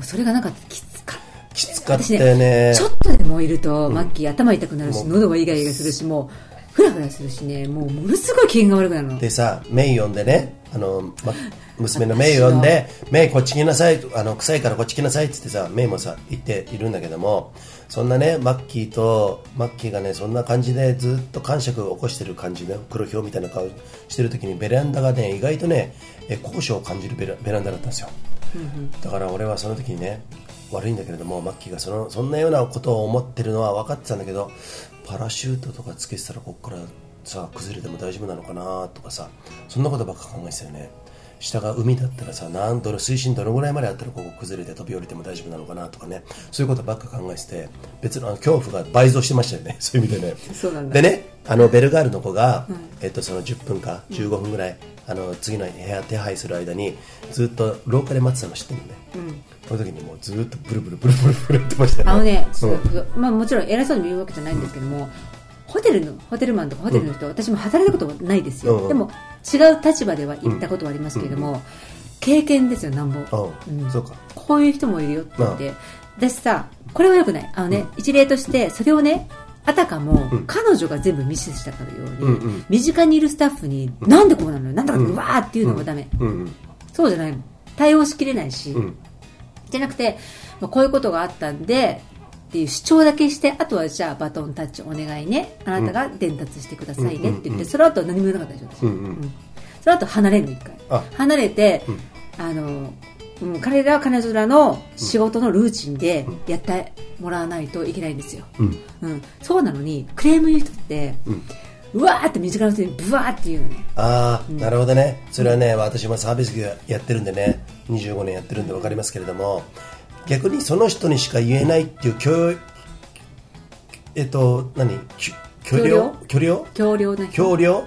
うそれがなんかったきつかったきつかったよねちょっとでもいると、マッキー頭痛くなるし、喉がイガイガするし、もう、ふらふらするしね、もう、ものすごい機嫌が悪くなるの。でさメイ呼んでねあの、ま、娘のメイ呼んでメイこっち来なさいあの臭いからこっち来なさいっつってさメイもさ言っているんだけどもそんなねマッキーとマッキーがねそんな感じでずっと感触を起こしてる感じで黒ひょうみたいな顔してる時にベランダがね意外とねえ高所を感じるベラベランダだったんですよだから俺はその時にね悪いんだけれどもマッキーがそのそんなようなことを思ってるのは分かってたんだけどパラシュートとかつけてたらこっからさ崩れても大丈夫なのかなとかさそんなことばっか考えてたよね下が海だったらさ何度の水深どのぐらいまであったらここ崩れて飛び降りても大丈夫なのかなとかねそういうことばっか考えてて別のあの恐怖が倍増してましたよね [laughs] そういう意味でねそうなんだでねあのベルガールの子が、えっと、その10分か15分ぐらい、あの次の部屋手配する間にずっと廊下で待ってたの知ってるのね、この時にもうずっとブルブルブルブルブルやってましたよねあのね、うんまあ、もちろん偉そうに言うわけじゃないんですけども、ホテルのホテルマンとかホテルの人、私も働いたことないですよ、うんでも違う立場では行ったことはありますけれども、経験ですよなんぼ、うんそうかこういう人もいるよって言って、私さこれはよくないあのね、一例としてそれをねあたかも彼女が全部ミスしたかのように、うんうん身近にいるスタッフに、なんでこうなのよなんだかうわーっていうのもダメ、うんうんそうじゃないもん対応しきれないし、うんじゃなくて、まあ、こういうことがあったんでっていう主張だけしてあとはじゃあバトンタッチお願いねあなたが伝達してくださいねって言って、その後は何も言わなかったでしょ、私うんうんその後離れるの一回あ離れて、あのうん彼らは彼女らの仕事のルーチンでやってもらわないといけないんですよ、うんうん、そうなのにクレーム言う人って、んうわーって身近な人にブワーって言うのねああ、なるほどね、それはね、私もサービス業やってるんでね、25年やってるんで分かりますけれども、逆にその人にしか言えないっていう許、えっと、何、き許容許容強量な人強量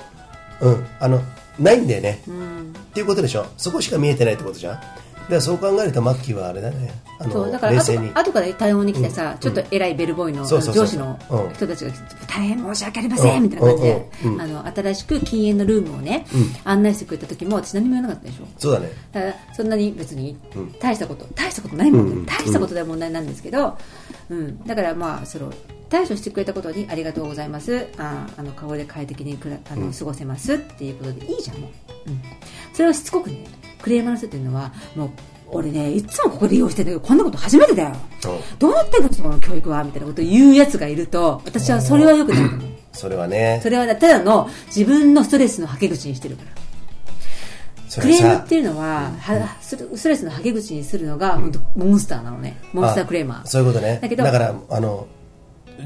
うん、あの、ないんだよね、っていうことでしょ、そこしか見えてないってことじゃん。だからそう考えると、マッキーはあれだね、あそのうだから冷後静かに。後から対応に来てさ、ちょっと偉いベルボーイの,、そうそうそう上司のうん人たちが、大変申し訳ありません、うんみたいな感じで、うんうんあの新しく禁煙のルームをね、案内してくれた時も私何も言わなかったでしょそうだね、だからそんなに別に大したこと、大したことないもんね、うん大したことない問題なんですけど、うん、だからまあその対処してくれたことにありがとうございますあーあの顔で快適にくらあの過ごせますっていうことでいいじゃんもう、うん、それをしつこくねクレーマーの人っていうのはもう俺ねいつもここで利用してるんだけどこんなこと初めてだようんどうやってんのその教育はみたいなことを言うやつがいると私はそれはよくないと思うそれはねそ、れはねただの自分のストレスのはけ口にしてるからそクれレームっさて、いうのは、はストレストレスのはけ口にするのが、本当モンスターなのねモンスタークレーマあーそういうことね、だだけどから、あの、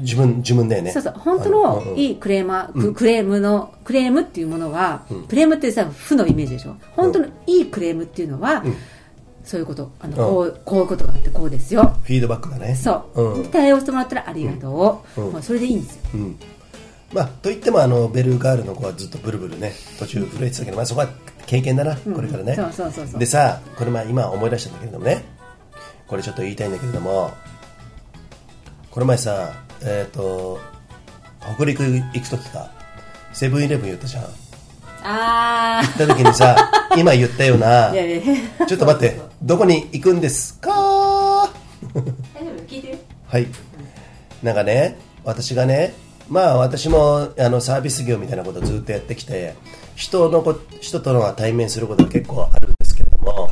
自分、自分だよね。そうそう本当あうんうのんいいクレーマー、ククレームのクレームっていうものは、クレームってさ負のイメージでしょ本当のいいクレームっていうのは、そういうことあの、こうこういうことがあってこうですよフィードバックがねそう、ん対応してもらったらありがとう、うんまあ、それでいいんですようんまあ、といってもあのベルガールの子はずっとブルブルね途中震えてたけど、まあ、そこは経験だな、これからねそうそうそうそうでさこれまあ今思い出したんだけれどもねこれちょっと言いたいんだけれどもこの前さえっ、と北陸行く時かセブンイレブン言ったじゃん行ああった時にさ [laughs] 今言ったようないやいやちょっと待ってどこに行くんですか大丈夫聞いてるはい、なんかね、私がね、まあ私もあのサービス業みたいなことをずっとやってきて、人のこ人とのは対面することが結構あるんですけれども、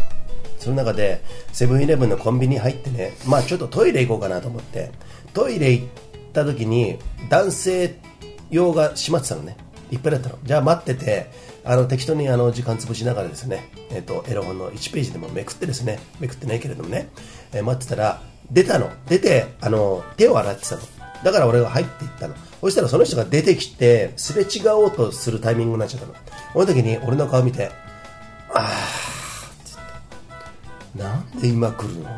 その中でセブンイレブンのコンビニ入ってね、まあちょっとトイレ行こうかなと思って、トイレ行った時に男性用が閉まってたのね、いっぱいだったの。じゃあ待ってて、あの適当にあの時間潰しながらですね、えっとエロ本の1ページでもめくってですね、めくってないけれどもね、えー待ってたら出たの出てあの手を洗ってたのだから俺が入っていったのそしたらその人が出てきてすれ違おうとするタイミングになっちゃったのその時に俺の顔見てなんで今来るのっ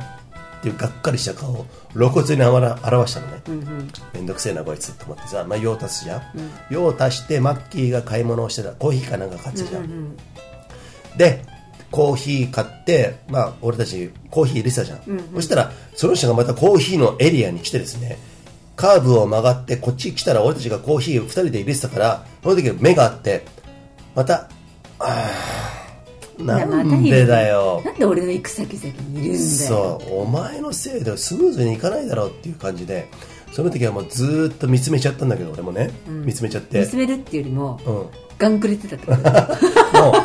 ていうがっかりした顔を露骨にあわら表したのね、めんどくせえなこいつと思ってさ、まあ、用足すじゃん、用足してマッキーが買い物をしてたコーヒーかなんか買ってたじゃん、でコーヒー買って、まあ、俺たちコーヒー入れてたじゃん、そしたらその人がまたコーヒーのエリアに来てですねカーブを曲がってこっち来たら俺たちがコーヒー2人で入れてたからその時目があってまたあーなんでだよなんで俺の行く先々にいるんだよそうお前のせいでスムーズにいかないだろうっていう感じでその時はもうずーっと見つめちゃったんだけど俺もね、見つめちゃって見つめるっていうよりも、うん、もガンくれてたってことだよ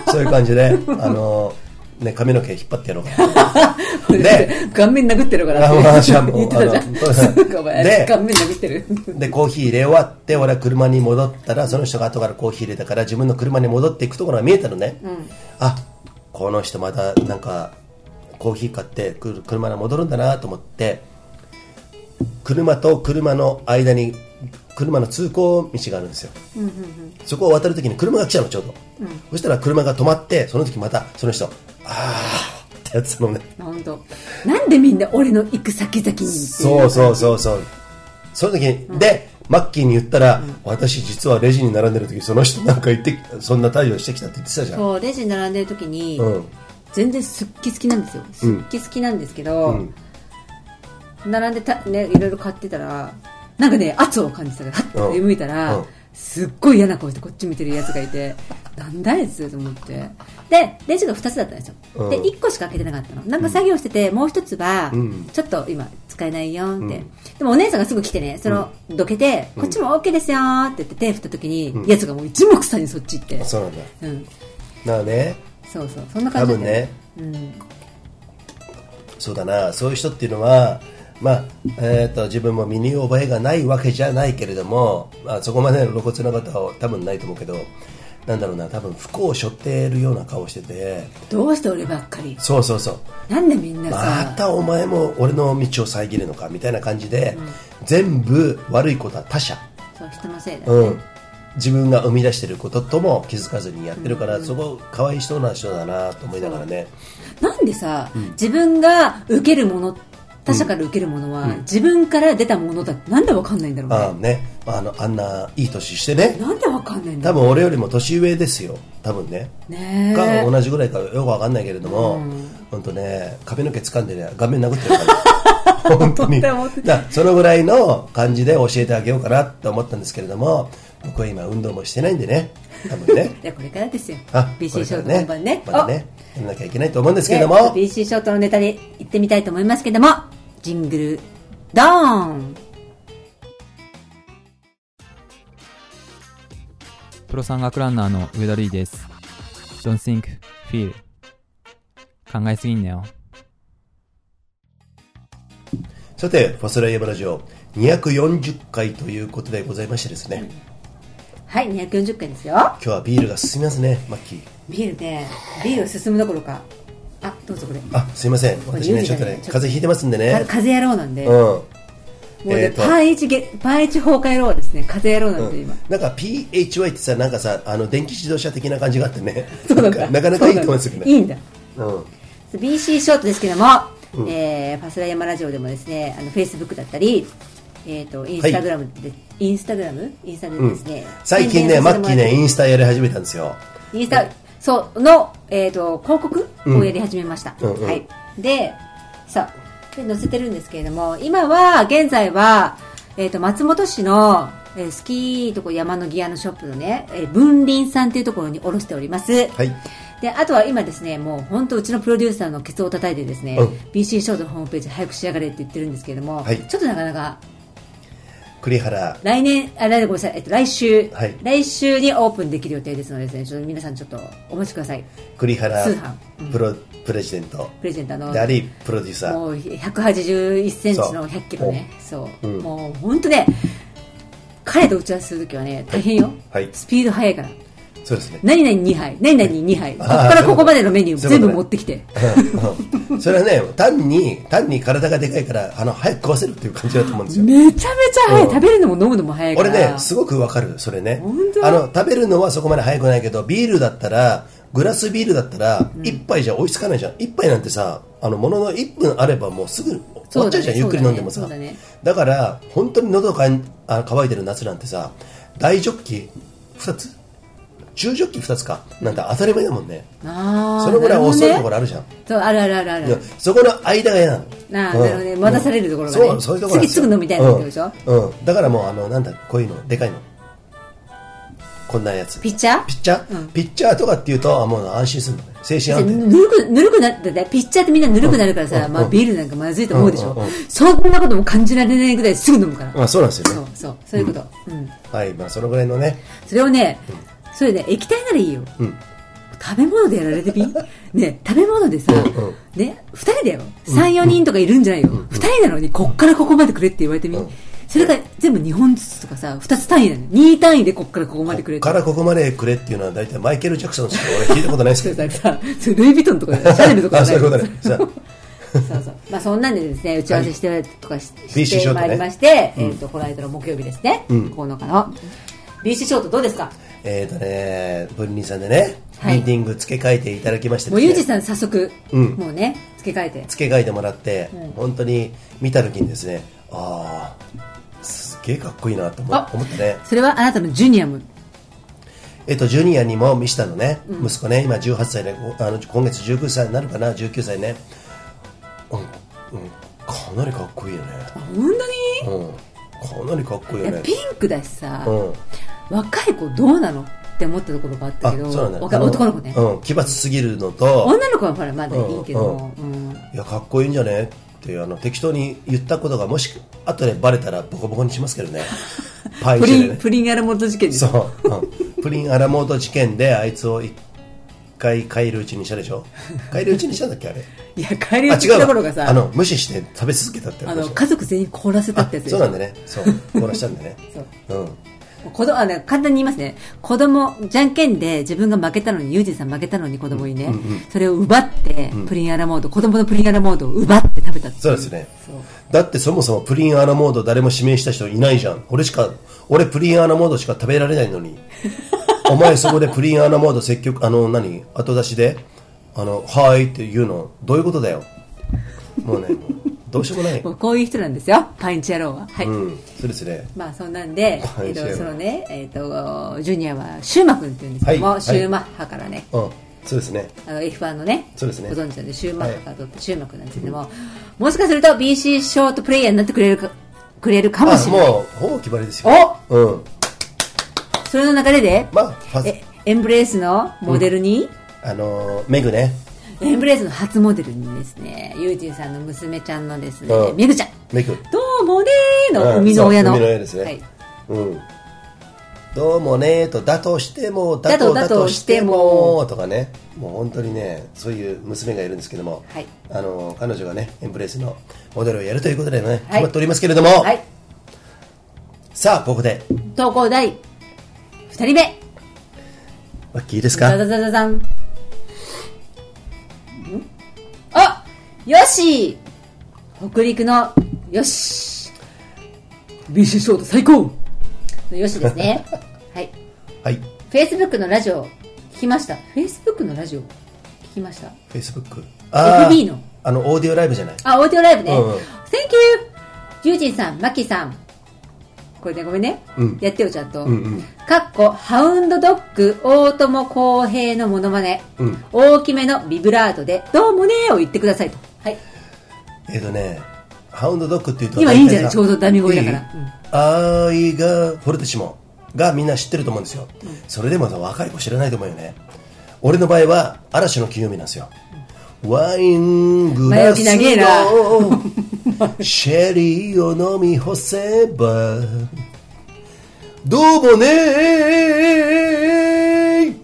うそういう感じであのね髪の毛引っ張ってやろうかなで [laughs] 顔面殴ってるからあまあってじゃあもう [laughs] 言ってたじゃんあのそうそうかお前で顔面殴ってるでコーヒー入れ終わって俺は車に戻ったらその人が後からコーヒー入れたから自分の車に戻っていくところが見えたのね、あこの人またなんかコーヒー買ってくる車に戻るんだなと思って車と車の間に車の通行道があるんですよ、そこを渡るときに車が来ちゃうのちょうど、そしたら車が止まってその時またその人あーってやってたのね本当なんでみんな俺の行く先々にっていそうそうそうそうその時に、でマッキーに言ったら、私実はレジに並んでる時その人なんか言ってそんな対応してきたって言ってたじゃんそうレジに並んでる時に、うん全然すっき好きなんですよすっき好きなんですけど、うん並んでた、ね、いろいろ買ってたらなんかね圧を感じたからハッうんて向いたら、うんすっごい嫌な顔してこっち見てるやつがいてなんだあいつと思ってでレジが2つだったんですよ、うんで1個しか開けてなかったのなんか作業してて、もう1つは、うんちょっと今使えないよーって、うんでもお姉さんがすぐ来てねその、どけて、こっちも OK ですよーって言って手振った時に、うんやつがもう一目散にそっち行ってそうなんだうんなあねそうそうそんな多感じだっ分たねよ、うんそうだなそういう人っていうのはまあえー、と自分も身に覚えがないわけじゃないけれども、まあ、そこまでの露骨な方は多分ないと思うけどなんだろうな多分不幸を背負っているような顔しててどうして俺ばっかりそうそうそうなんでみんなまさ、たお前も俺の道を遮るのかみたいな感じで、全部悪いことは他者、そう人のせいだ、うん、自分が生み出してることとも気づかずにやってるから、そこかわいそうな人だなと思いながらねなんでさ、自分が受けるもの他者から受けるものは、自分から出たものだってなんでわかんないんだろああうねあのあんないい年してねねなんでわかんないんだ多ろ分俺よりも年上ですよ多分ねうねがえ同じぐらいかよくわかんないけれども、本当ね髪の毛掴んでね顔面殴ってるから [laughs] 本当本に当だ本当だからそのぐらいの感じで教えてあげようかなと思ったんですけれども僕は今運動もしてないんでね多 [laughs] 分ねいやこれからですよあ BC これシかョーらト本番ねまだねやらなきゃいけないと思うんですけれどもで BC ショートのネタで行ってみたいと思いますけどもジングルドーンプロ山岳ランナーの上田瑠衣です。Don't think, feel. 考えすぎんなよ。さてファスライヤブラジオ240回ということでございましてですねはい240回ですよ今日はビールが進みますねマッキービールでビール進むどころかあどうぞこれあすいませんれ私ね有利ちょだねっちょっととね風邪ひいてますんでかね風野郎なんで、うんもうえねーとパーイチゲパーイチ崩壊郎はですね風野郎なんで今、なんか PHY ってさなんかさあの電気自動車的な感じがあってねそうなんかだなかなかいいと思うんですけどいいねんだうん、 BC ショートですけども、えーファスラヤマラジオでもですねあのフェイスブックだったりえー、とインスタグラムで、インスタグラムインスタでうですんね、最近ね宣伝マさせてッもキらーってねインスタやり始めたんですよインスタそうの、えー、と広告をやり始めました、うんうんはい、でさあで載せてるんですけれども今は現在は、えー、と松本市の、えースキーとこ山のギアのショップのね、えー文林さんっていうところに卸しております、はいであとは今ですねもう本当うちのプロデューサーのケツを叩いてですね、うん BC ショートのホームページ早く仕上がれって言ってるんですけれども、はいちょっとなかなか栗原来年あ来ごめんなさい、えっと、来週、はい来週にオープンできる予定ですのでですねちょっと皆さんちょっとお待ちください栗原通販プロプレジデントプレゼントあのでありプロデューサーもう181センチの100キロねそうもう本当ね彼と打ち合わせするときはね大変よ、はいスピード速いからそうですね何々2杯何々2杯ここあーからここまでのメニューそういう全こと部ね持ってきてうんそれはね単に単に体がでかいからあの早く食わせるっていう感じだと思うんですよめちゃめちゃ早いうん食べるのも飲むのも早いから俺ねすごくわかるそれね本当あの食べるのはそこまで早くないけどビールだったらグラスビールだったら1杯じゃ追いつかないじゃん、一1杯なんてさあのものの1分あればもうすぐ終わっちゃうじそうだゃん、ねゆっくり飲んでもそさだ,、うだねから本当に喉がんあ乾いてる夏なんてさ大ジョッキ2つ中ジョッキ2つかなんて当たり前だもんねあーそのぐらい遅いとなるほどねころあるじゃん、そうあるあるあるあるいやそこの間が嫌なのなあなるほどね待たされるところがねそうそういうところなんですよ次すぐ飲みたいなってことでしょうん、うんだからもうあのなんだこういうのでかいのこんなやつピッチャーピッチャうー、んピッチャーとかっていうとあもう安心するのね精神安定ぬるくぬるくなっててピッチャーってみんなぬるくなるからさ、うんまあ、ビールなんかまずいと思うでしょ、うんうんうんそんなことも感じられないぐらいすぐ飲むから、あそうなんですよそうねそうそういうこと、うんはいまあそのぐらいのねそれをねそれね液体ならいいよ、うん食べ物でやられてみ [laughs] ね食べ物でさ、うんうんね、2人だよ34人とかいるんじゃないよ、2人なのにこっからここまでくれって言われてみ、うんそれが全部2本ずつとかさ2つ単位なの2単位でこっからここまでくこれっってからここまでくれっていうのは大体マ [laughs] イケル・ジャクソンしか俺聞いたことないですそけれどさそれルイ・ヴィトンとかシャネルとかあじそうゃいうなこいとねさそうそうまあそんなんでですね打ち合わせしてとかし,、し BC ショてートねまいりまして、えっ、とこの間の木曜日ですね、ん9日の BC ショートどうですかえっ、とね、分離さんでね、はいミーティング付け替えていただきましてもでうすねユージさん早速、うんもうね付け替えて付け替えてもらって、うん本当に見た時にですね、ああ、すっげえかっこいいなと思あ思ってね。それはあなたのジュニアもえっと、ジュニアにも見したのね、息子ね、今18歳で、こあの今月19歳になるかな、19歳ね。うん、うん、かなりかっこいいよね。本当にうん、かなりかっこいいいよやね。ピンクだしさ、うん、若い子どうなのって思ったところがあったあ、そけうどなんだよ。若いあの男の子ね、うん、奇抜すぎるのと、女の子はほらまだいいけど、うんいや、かっこいいんじゃねっていう、あの、適当に言ったことが、もし、後でバレたらボコボコにしますけど [laughs] ね。パイプチリでンね。プリンアラモード事件です [laughs] そう、うん、プリンアラモード事件であいつを一回帰るうちにしたで [laughs] しょ帰るうちにしたんだっけあれいや帰りあ討ち違したとこうろわがさあの無視して食べ続けたってあ話の家族全員凍らせたあってやつでしそょうなんだねそう凍らしたんだね [laughs] そううん子供あの簡単に言いますね子供じゃんけんで自分が負けたのにユージさん負けたのに子供にね、それを奪って、プリンアラモード子供のプリンアラモードを奪って食べたっていそうですねそうだってそもそもプリンアラモード誰も指名した人いないじゃん俺しか俺プリンアラモードしか食べられないの [laughs] にお前そこでプリンアラモード積極あの何後出しであのはーいって言うのどういうことだよもうねもうどうしようもな [laughs] いもうこういう人なんですよパンチ野郎ははい、うんそうですねまあそんなんで、パえンっチ野郎とそのね、えっとジュニアはシューマ君って言うんですけども、はいはいシューマッハからねうんそうですねあの F1 のねそうですねご存知なんでシューマッハから取ったシューマ君なんですけども、もしかすると BC ショートプレイヤーになってくれるかくれるかもあしれないもうほぼ決まりですようんそれの流れで、まあファえスエンブレースのモデルに、あのーメグねエンブレースの初モデルにですねユージンさんの娘ちゃんのですね、うんメグちゃんメグどうもねーの、うん生みの親のそう生みの親ですねはい、うんどうもねーとだとしてもだとだだととしてもとかねもう本当にねそういう娘がいるんですけども、はいあのー彼女がねエンブレイスのモデルをやるということでねい決まっておりますけれども、はい、さあここで投稿第2人目マッキーいいですザかザザザザンんあよし北陸のよし BC ショート最高のよしですねはいはい Facebook のラジオ聞きました Facebook のラジオ聞きました Facebook あー FB のあのオーディオライブじゃないあオーディオライブね、うん Thank you ユージンさんマッキーさんこれねごめんね、うんやってよちゃんと、うんうんかっこハウンドドッグ大友康平のモノマネ、うん大きめのビブラートで「どうもね」を言ってくださいと、はい、えーとねハウンドドッグっていうと今いいんじゃない大体さちょうどダミ声だからいい愛がフォルテシモがみんな知ってると思うんですよ、それでも若い子知らないと思うよね俺の場合は嵐の金曜日なんですよ、ワイングラス前置き長のシェリーを飲み干せばどうもね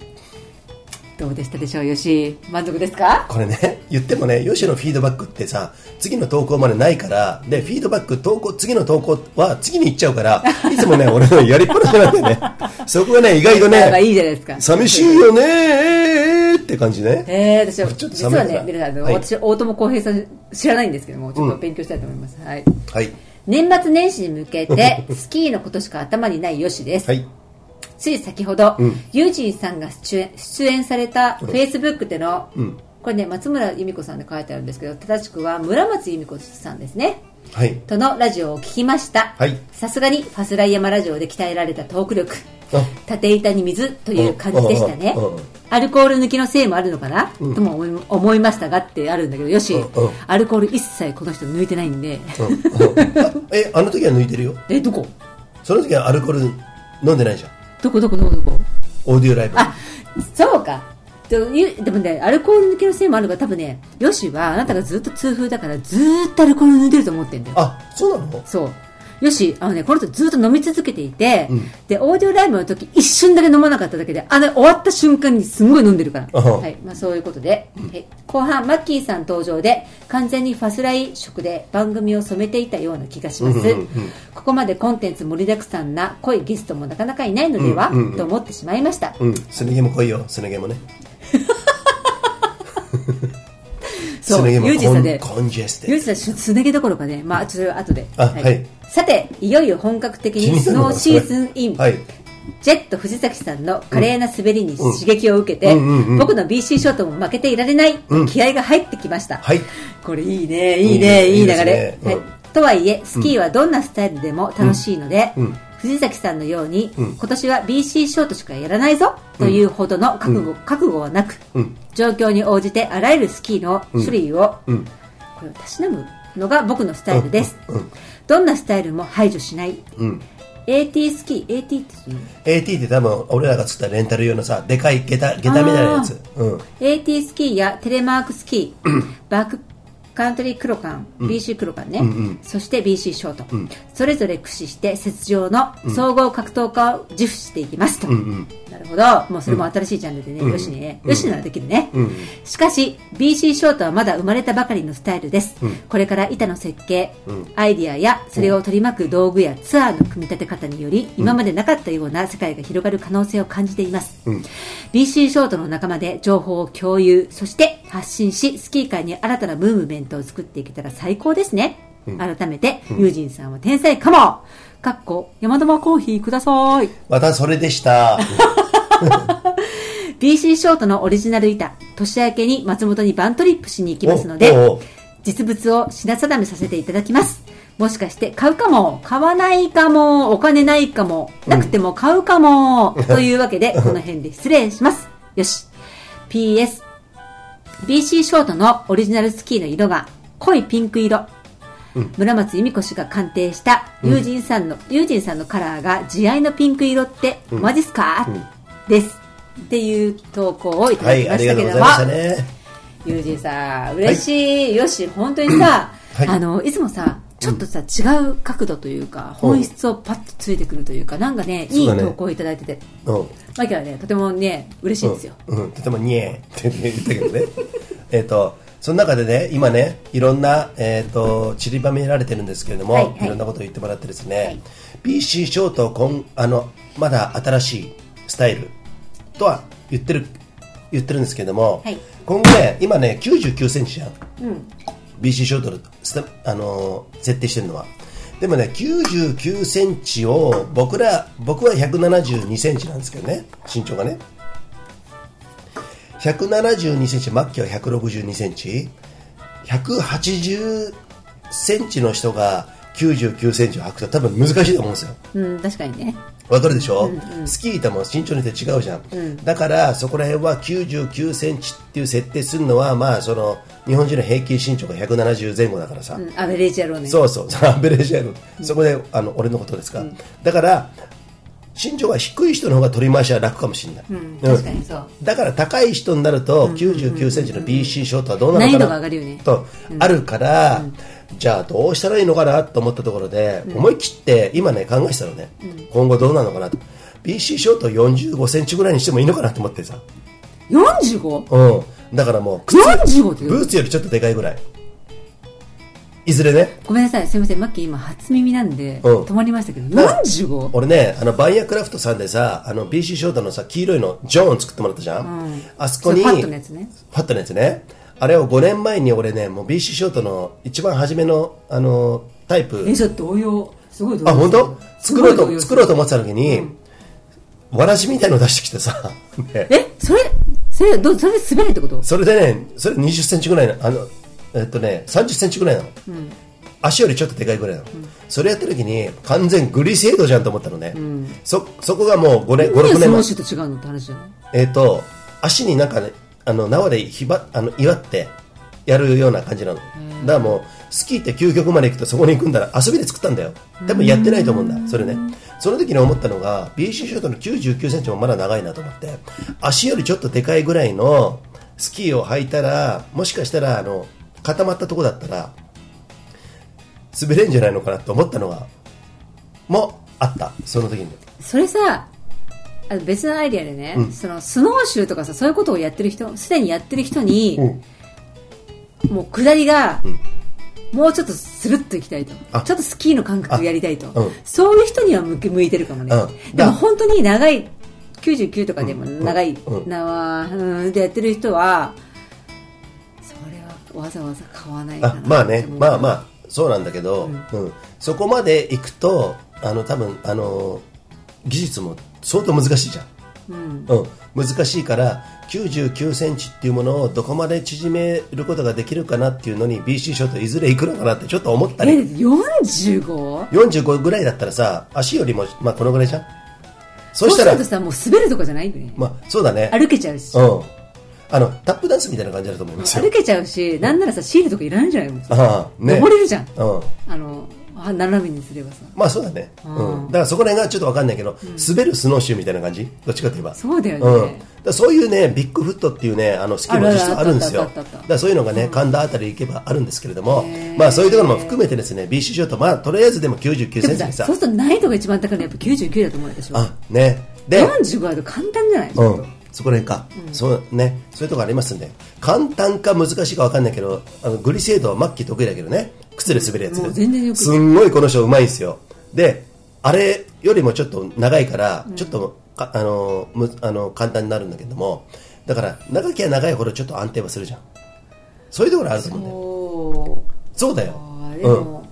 どうでしたでしょうよし満足ですかこれね、 [laughs] 言ってもね、よしのフィードバックってさ、次の投稿までないから、で、フィードバック、投稿、次の投稿は次に行っちゃう [laughs] から、いつもね、俺のやりっぱなしなんでね、そこがね、意外とまあいいね、じゃないですか寂しいよねーって感じね。えー、私はちょっ実と寒はいからね皆さんあの、はい私大友康平さん知らないんですけどもちょっと勉強したいと思います、はいはい。年末年始に向け [laughs] てスキーのことしか頭にないよしです、はい。つい先ほど、うんユージンさんが出演出演されたフェイスブックでの、うんこれね松村由美子さんで書いてあるんですけど正しくは村松由美子さんですねはい。とのラジオを聞きましたはいさすがにファスライヤマラジオで鍛えられたトーク力あ縦板に水という感じでしたねうんうんうんアルコール抜きのせいもあるのかな、とも思い思いましたがってあるんだけどよし、うんうんアルコール一切この人抜いてないんで、うんうんあえ、あの時は抜いてるよ。えどこその時はアルコール飲んでないじゃん。どこどこどこどこオーディオライブ。あそうかでもゆでもねアルコール抜けのせいもあるから多分ねよしはあなたがずっと痛風だからずーっとアルコール抜いてると思ってんだよあ、そうなのそうよしあのねこの人ずっと飲み続けていて、でオーディオライブの時一瞬だけ飲まなかっただけであの終わった瞬間にすんごい飲んでるから、あははいまあ、そういうことで、はい、後半マッキーさん登場で完全にファスライ色で番組を染めていたような気がします、うんうんうんここまでコンテンツ盛りだくさんな濃いゲストもなかなかいないのでは、うんうんうんと思ってしまいました、うん、すね毛も来いよ、すね毛もね。そうね毛ユージさんでコンコンジェステゆうじさん、すね毛どころかね、まあ、ちょっと後で。あはいさて、いよいよ本格的気ににスなるなノーシーズンイン。はいジェット藤崎さんの華麗な滑りに刺激を受けて、うんうんうんうん僕の BC ショートも負けていられない、と気合が入ってきました。はいこれいいね、いいね、いいいい流ねいいでれす。ねはいうんとはいえ、スキーはどんなスタイルでも楽しいのでうんうん、藤崎さんのように、うん今年は BC ショートしかやらないぞというほどの覚悟覚悟はなくうん、状況に応じてあらゆるスキーの種類を、うんこれをたしなむのが僕のスタイルです。どんなスタイルも排除しない。うん AT スキー、AT って言うの AT って多分俺らが作ったレンタル用のさでかい下駄下駄みたいなやつうん AT スキーやテレマークスキー、バックカントリー黒缶、BC 黒缶ね、そして BC ショート、それぞれ駆使して雪上の総合格闘家を自負していきますと、なるほどもうそれも新しいジャンルでね、よしね、よしならできるね、しかし BC ショートはまだ生まれたばかりのスタイルです、これから板の設計、アイディアやそれを取り巻く道具やツアーの組み立て方により、今までなかったような世界が広がる可能性を感じています、BC ショートの仲間で情報を共有そして発信しスキー界に新たなムーブメントを作っていけたら最高ですね、改めて、ユージンさんは天才かもかっこ山玉コーヒーくださいまたそれでした [laughs] BC ショートのオリジナル板年明けに松本にバントリップしに行きますのでおお実物を品定めさせていただきますもしかして買うかも買わないかもお金ないかもなくても買うかも、というわけでこの辺で失礼しますよし PS BC ショートのオリジナルスキーの色が濃いピンク色、村松由美子氏が鑑定した友人さんの、友人さんのカラーが地合いのピンク色って、マジっすか、ですっていう投稿をいたはだきいあまりしがたとけうどごも、ざいましたね友人さん嬉しい、よし本当にさ、 [clears throat] はいあのいつもさちょっとさ、違う角度というかうん本質をパッとついてくるというかなんかねいそういだね投稿をいただいててうんマキはねとてもね嬉しいんですよ、うんうん、とてもにえって言ったけどね [laughs] えっとその中でね今ねいろんな、えっと散りばめられてるんですけれども、はいいはいろんなことを言ってもらってですね、い BC ショートこんあのまだ新しいスタイルとは言ってる言ってるんですけれども、はい今後ね今ね9 9センチじゃんうん BC ショートのスタあのー設定してるのはでもね9 9センチを僕ら僕は1 7 2センチなんですけどね身長がね1 7 2センチ末期は1 6 2センチ180センチの人が9 9センチを履くと多分難しいと思うんですようん、確かにねわかるでしょ、スキー板も身長によって違うじゃん、だからそこら辺は9 9センチっていう設定するのはまあその日本人の平均身長が170前後だからさ、うんアベレージやろうねそう [laughs] そう、アベレージやろ、そこであの俺のことですか、だから身長が低い人の方が取り回しは楽かもしれない、ん確かにそうだから高い人になると9 9センチの BC ショートはどうなのかな難易度が上がるよねとあるから、じゃあどうしたらいいのかなと思ったところで、思い切って今ね考えてたのね、今後どうなのかなと BC ショート4 5センチぐらいにしてもいいのかなと思ってさ、 45?45 うん、だからもう靴ってブーツよりちょっとでかいぐらいいずれねごめんなさいすいませんマッキー今初耳なんで、うん止まりましたけど 45? 俺ねあのバイアクラフトさんでさあの BC ショートのさ黄色いのジョーン作ってもらったじゃん、うんあそこにそうファットのやつねファットのやつねあれを5年前に俺ねもう BC ショートの一番初めのあのタイプえじゃあ同様すごい同様あ本当す作ごろいう動揺すと作るろうと思ってた時に、わらしみたいの出してきてさ、 [laughs] ねえそれそれどうそれ滑るってことそれでねそれ2 0センチぐらいのあのえっとね3 0センチぐらいなの、足よりちょっとでかいぐらいなの、それやった時に完全グリセードじゃんと思ったのね、そそこがもう5年5何が6ス年ノ前ーシューと違うのって話じゃないえっ、と、足になんかね、あの縄でひばあの祝ってやるような感じなの。だからもう、スキーって究極まで行くとそこに行くんだら遊びで作ったんだよ。多分やってないと思うんだ、それね。その時に思ったのが、BC ショートの99センチもまだ長いなと思って、足よりちょっとでかいぐらいのスキーを履いたら、もしかしたら、あの、固まったとこだったら、滑れんじゃないのかなと思ったのが、もあった、その時に。それさあの別のアイディアでね、うんそのスノーシューとかさそういうことをやってる人すでにやってる人に、もう下りが、んもうちょっとスルッといきたいとあちょっとスキーの感覚やりたいと、あうんそういう人には向き向いてるかもね、うんでだも本当に長い99とかでも長いうんなわ、うんでやってる人はそれはわざわざ買わないかなあまあねって思うまあまあそうなんだけど、うんそこまで行くとあの多分あの技術も相当難しいじゃん、うんうん、難しいから9 9センチっていうものをどこまで縮めることができるかなっていうのに BC ショートいずれ行くのかなってちょっと思ったえり 45? 45ぐらいだったらさ足よりも、まあ、このぐらいじゃんそそうしすたらるとさもう滑るとこじゃないよね、まあ、そうだね歩けちゃうし、うんあのタップダンスみたいな感じだと思いますよ歩けちゃうしなんならさシールとかいらないんじゃないもん、ああね登れるじゃんうんあのあ斜めにすればさまあそうだね、うんうん、だからそこら辺がちょっとわかんないけど、滑るスノーシューみたいな感じどっちかといえばそうだよねん、だからそういうねビッグフットっていうねあのスキーもあるある実はあるんですよあだったかあったあったらそういうのがね神田あたり行けばあるんですけれどもへーまあそういうところも含めてですね BC ショートまあとりあえずでも9 9でセもンチさにさそうすると難易度が一番高いのはやっぱ99だと思うでしょあねで45だと簡単じゃないちょっうとん、そこら辺か、そうね、そういうとこありますんで簡単か難しいかわかんないけどあのグリセードは末期得意だけどね靴で滑るやつ、もう全然よくすんごいこの人うまいんですよであれよりもちょっと長いから、ちょっとかあのむあの簡単になるんだけどもだから長きゃ長いほどちょっと安定はするじゃんそういうところあると思うんだよおそうだーよあーでうんも、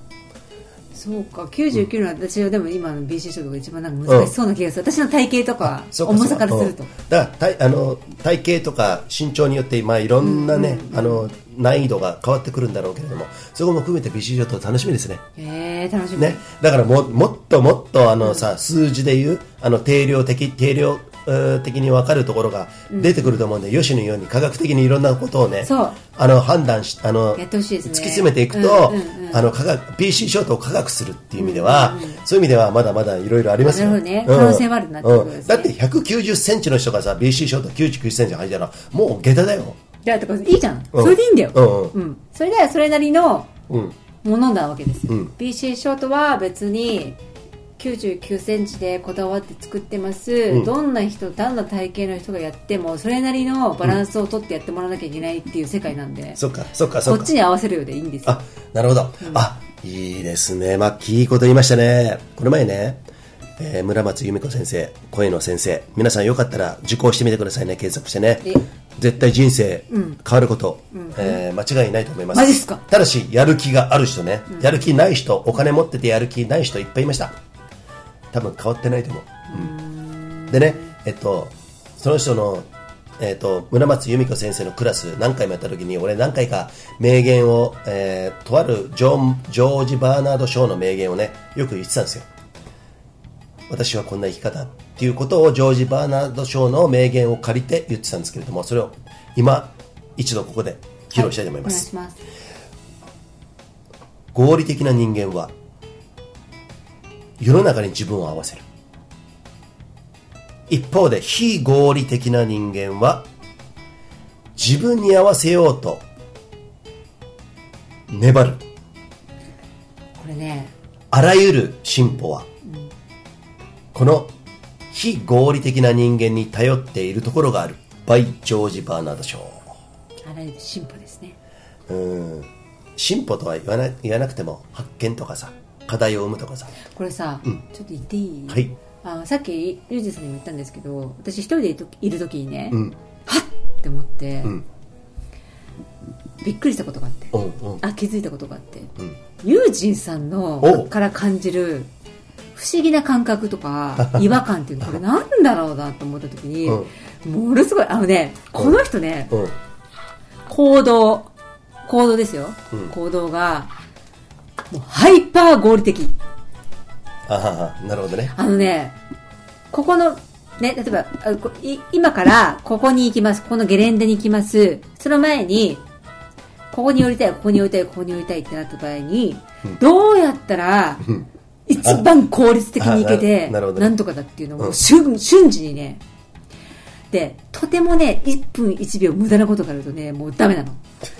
そうか99の私はでも今の BC ショートが一番なんか難しそうな気がする、私の体型とかそう重さからそうするとうんだから体あの体型とか身長によって、まあ、いろんなね、あの難易度が変わってくるんだろうけれどもそこも含めて美少女と楽しみですねえー、楽しみ、ねだからももっともっとあのさ、数字で言うあの定量的定量えー的に分かるところが出てくると思うんで、よしのように科学的にいろんなことをねそうあの判断しあのやってほしいですね突き詰めていくと、うんうんうんあの科学 BC ショートを科学するっていう意味では、そういう意味ではまだまだいろいろありますよなるほどね可能性はあるなってことですねだって190センチの人がさ BC ショート99センチ入ったらもう下駄だよ、じゃあとかいいじゃん、うんそれでいいんだよ、うんうんそれでそれなりのうん、ものなわけですよ、うん BC ショートは別に9 9ンチでこだわって作ってます、んどんな人どんな体型の人がやってもそれなりのバランスをとってやってもらわなきゃいけないっていう世界なんで、そっかそっかそこっっかちに合わせるようでいいんですよあなるほど、あいいですねマッキーいいこと言いましたねこの前ね、えー村松由美子先生声の先生皆さんよかったら受講してみてくださいね検索してねえ絶対人生変わること、えー間違いないと思いますマジっすかただしやる気がある人ね、やる気ない人お金持っててやる気ない人いっぱいいました多分変わってないと思う、うんでねえっとその人のえっと、村松由美子先生のクラス何回もやった時に俺何回か名言を、えーとあるジョンジョージ・バーナード・ショーの名言をねよく言ってたんですよ私はこんな生き方っていうことをジョージ・バーナード・ショーの名言を借りて言ってたんですけれどもそれを今一度ここで披露したいと思います、お願いします合理的な人間は世の中に自分を合わせる一方で非合理的な人間は自分に合わせようと粘るこれねあらゆる進歩は、この非合理的な人間に頼っているところがあるバイ・ジョージ・バーナード・ショーあらゆる進歩ですねうん進歩とは言わな言わなくても発見とかさ課題を生むとかさこれさ、ちょっと言っていい、はいあさっきリュウジさんにも言ったんですけど私一人でいるといる時にね、うんって思って、うんびっくりしたことがあって、うんうんあ気づいたことがあって、んユージンさんのおから感じる不思議な感覚と [laughs] か違和感っていうのこれなんだろうなと思った時に、ものすごいあのねこの人ね、うん行動行動ですよ、ん行動がもうハイパー合理的あははなるほどね。あのねここのね、例えばあこい今からここに行きますここのゲレンデに行きますその前にここに寄りたいここに寄りたいここに寄りたいってなった場合に、どうやったら一番効率的に行けてあなるほどねなんとかだっていうのうをん瞬瞬時にねでとてもね1分1秒無駄なことがあるとねもうダメな [laughs]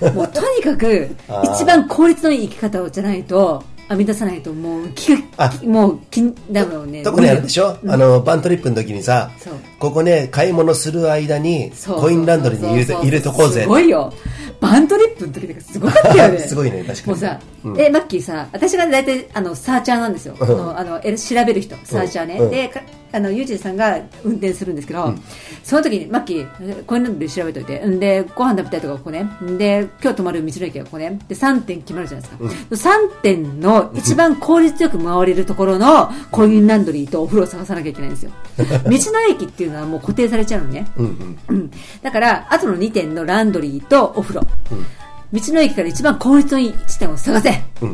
のもうとにかくあー一番効率のいい生き方をじゃないと編み出さないともう気があもう気にだもんね特にあれでしょ、うんあの、バントリップの時にさそう、ここね、買い物する間に、そうコインランドリーに入れそうそてうそう入れとこうぜす。ごいよバントリップの時とかすごかったよね [laughs] すごいね確かにもうさ、うんえマッキーさ私が大体あのサーチャーなんですよ、あのあのえ調べる人サーチャーね、うんでかあのユージンさんが運転するんですけど、その時にマッキーこういうので調べといてんでご飯食べたいとかここねんで今日泊まる道の駅がここねで3点決まるじゃないですか、3点の一番効率よく回れるところのコインランドリーとお風呂を探さなきゃいけないん [laughs] ですよ道の駅っていうのはもう固定されちゃうのね、うんうん [laughs] うん、だからあとの2点のランドリーとお風呂、道の駅から一番効率のいい地点を探せっ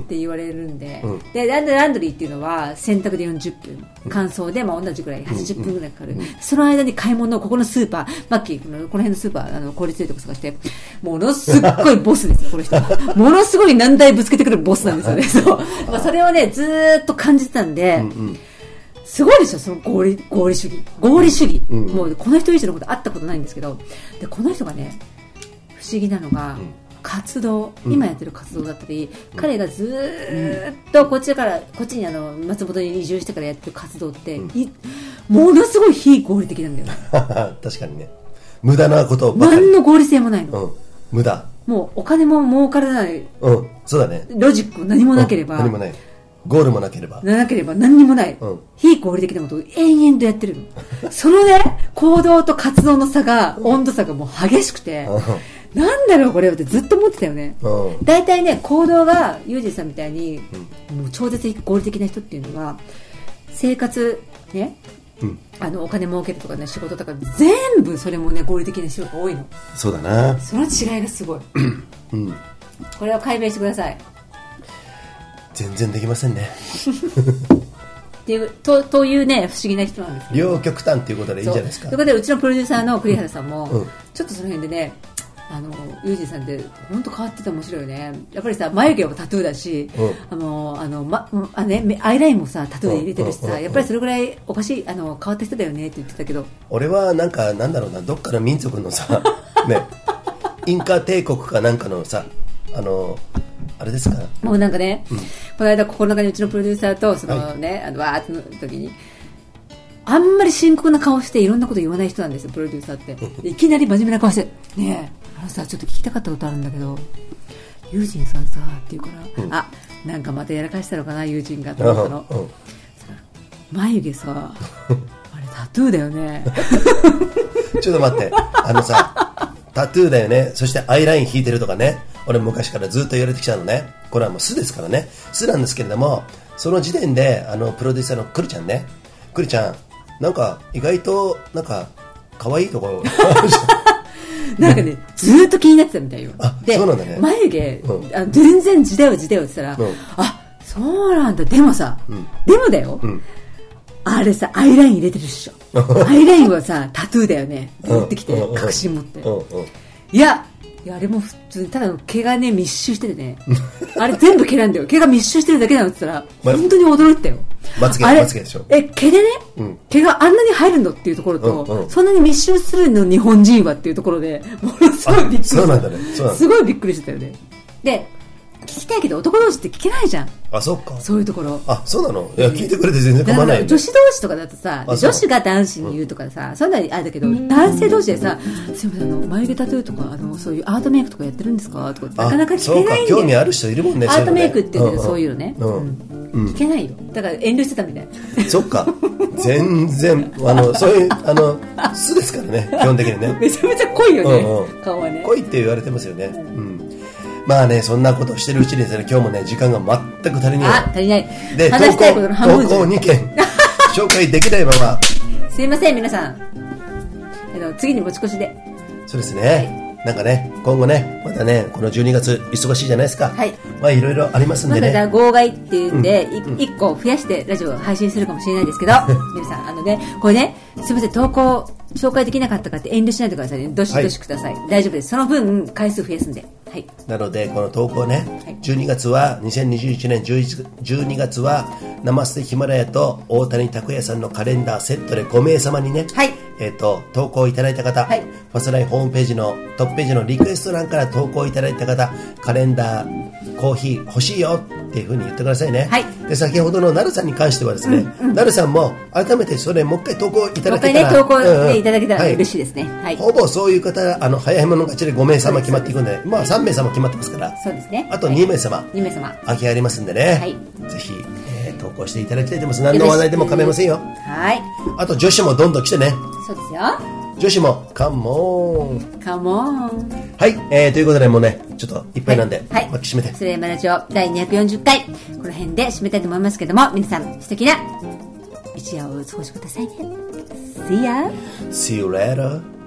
て言われるんで,、うんでランドランドリーっていうのは洗濯で40分乾燥で、まあ、同じぐらい80分ぐらいかかる、その間に買い物をここのスーパーマッキーこのこの辺のスーパーあの効率のいいとこ探してものすっごいボスですよこの人 [laughs] はものすごい難題ぶつけてくるボスなんですよねそう、まあ、それをねずーっと感じてたんで、すごいでしょ、その合理合理主義。合理主義、もうこの人以上のこと会ったことないんですけど、でこの人がね、不思議なのが、活動、今やってる活動だったり、彼がずーっとこっちから、こっちにあの松本に移住してからやってる活動って、いものすごい非合理的なんだよ。確かにね無駄なことばかり何の合理性もないの。うん無駄もうお金も儲からない、うんそうだねロジックも何もなければ、うん何もないゴールもなければなければ何にもない、うん非合理的なことを延々とやってるのそのね行動と活動の差が温度差がもう激しくて、なんだろうこれってずっと思ってたよね、うん大体ね行動がユージさんみたいに、もう超絶的合理的な人っていうのは生活ねうんあのお金儲けるとかね仕事とか全部それもね合理的な人が多いのそうだなその違いがすごい、これを解明してください全然できませんねっていうとというね不思議な人なんです両極端っていうことでいいんじゃないですそうかということでうちのプロデューサーの栗原さんも、うんちょっとその辺でねあのユージさんって本当変わってて面白いよねやっぱりさ眉毛もタトゥーだし、うあのあの、まうんあね、目アイラインもさタトゥーで入れてるしさ、うんうんうんやっぱりそれぐらいおかしいあの変わった人だよねって言ってたけど俺はなんかなんだろうなどっかの民族の [laughs] さねインカ帝国かなんかのさあのあれですかもうなんかね、この間ここの中にうちのプロデューサーとそのね、あのわーっての時にあんまり深刻な顔していろんなこと言わない人なんですよプロデューサーっていきなり真面目な顔して「ねえあのさちょっと聞きたかったことあるんだけどユージンさんさ」って言うから「あなんかまたやらかしたのかなユージンが」と思ったのうんうん眉毛 [laughs] さあれタトゥーだよねちょっと待って、あのさ、タトゥーだよね、そしてアイライン引いてるとかね、俺昔からずっと言われてきたのね、これはもう素ですからね、素なんですけれども、その時点で、あの、プロデューサーのクルちゃんね、クルちゃん、なんか、意外と、なんか、可愛いと [laughs] こなんかねずーっと気になってたみたいよあでそうなんだね眉毛、うんあ全然時代は時代はって言ったら、うんあそうなんだでもさ、でもだよ、んあれさアイライン入れてるっしょ [laughs] アイラインはさタトゥーだよねって言ってきて、うんうんうん確信持って、うんうん。いやいやあれも普通にただの毛がね密集しててね [laughs] あれ全部毛なんだよ毛が密集してるだけなのって言ったまら本当に驚いたよまつげあれまつげでしょえ毛でね、ん毛があんなに入るのっていうところと、うんうんそんなに密集するの日本人はっていうところでものすごいびっくりしそうたなんだね、そうなんだ。すごいびっくりしてたよねで聞きたいけど男同士って聞けないじゃんあ、そっか。そういうところあ、そうなのいや、聞いてくれて全然だ構かわならいよ、ね。女子同士とかだとさあ女そう子が男子に言うとかさ、そんなにあれだけど男性同士でさ「すいませんあの眉毛タトゥーとかあのそういうアートメイクとかやってるんですか?」とかってあなかなか聞けないんだそうか、興味よある人いるもんね、アートメイクって言うけどそういうののね、うんうん。うん聞けないよだから遠慮してたみたい [laughs] そっか、全然、あの、そういう、あの、素ですからね、基本的 [laughs] にね。めちゃめちゃ濃いよね、うんうん顔はね恋って言われてますよね。うん。まあね、そんなことをしてるうちにですね、今日もね、時間が全く足りあな足りないい。で、話したいことの半分投稿じ2件、 [laughs] 紹介できないまますいません皆さんあの次に持ち越しでそうですね。なんかね、今後ね、またね、この12月、忙しいじゃないですか。はいまあ、いろいろありますんまでだね。だ号外っていうんで、い一個増やしてラジオを配信するかもしれないですけ [laughs] ど、皆さん、あのね、これね、すみません、投稿紹介できなかったかって遠慮しないでくださいね。どしはいどしください。大丈夫です。その分、回数増やすんで。はい。なので、この投稿ねはい、 12月は、2021年11 12月は、ナマステヒマラヤと大谷拓也さんのカレンダーセットで5名様にね、はいえっ、と、投稿いただいた方、はいファストライフホームページのトップページのリクエスト欄から投稿いただいた方、カレンダー、コーヒー欲しいよっていうふうに言ってくださいね。はいで、先ほどのなるさんに関してはですね、なるさんも改めてそれもう一回投稿いたもうだ一回けたね、ら、投稿うんうんね、いただけたらはい嬉しいですね。はい。ほぼそういう方、あの早い者勝ちで5名様決まっていくんで、まあ3名様決まってますから、そうですね。あと2名様、 2名様。空きがありますんでね、はいぜひ、ええー投稿していただきたいと思います。何の話題でも構いませんよ。はいあと女子もどんどん来てね。そうですよ女子も、カモン。カモンはい、えー、ということでもうね、ちょっといっぱいなんで、はい巻き締めて。それではラジオ第240回この辺で締めたいと思いますけども皆さん素敵な一夜をお過ごしくださいね See ya! See you later.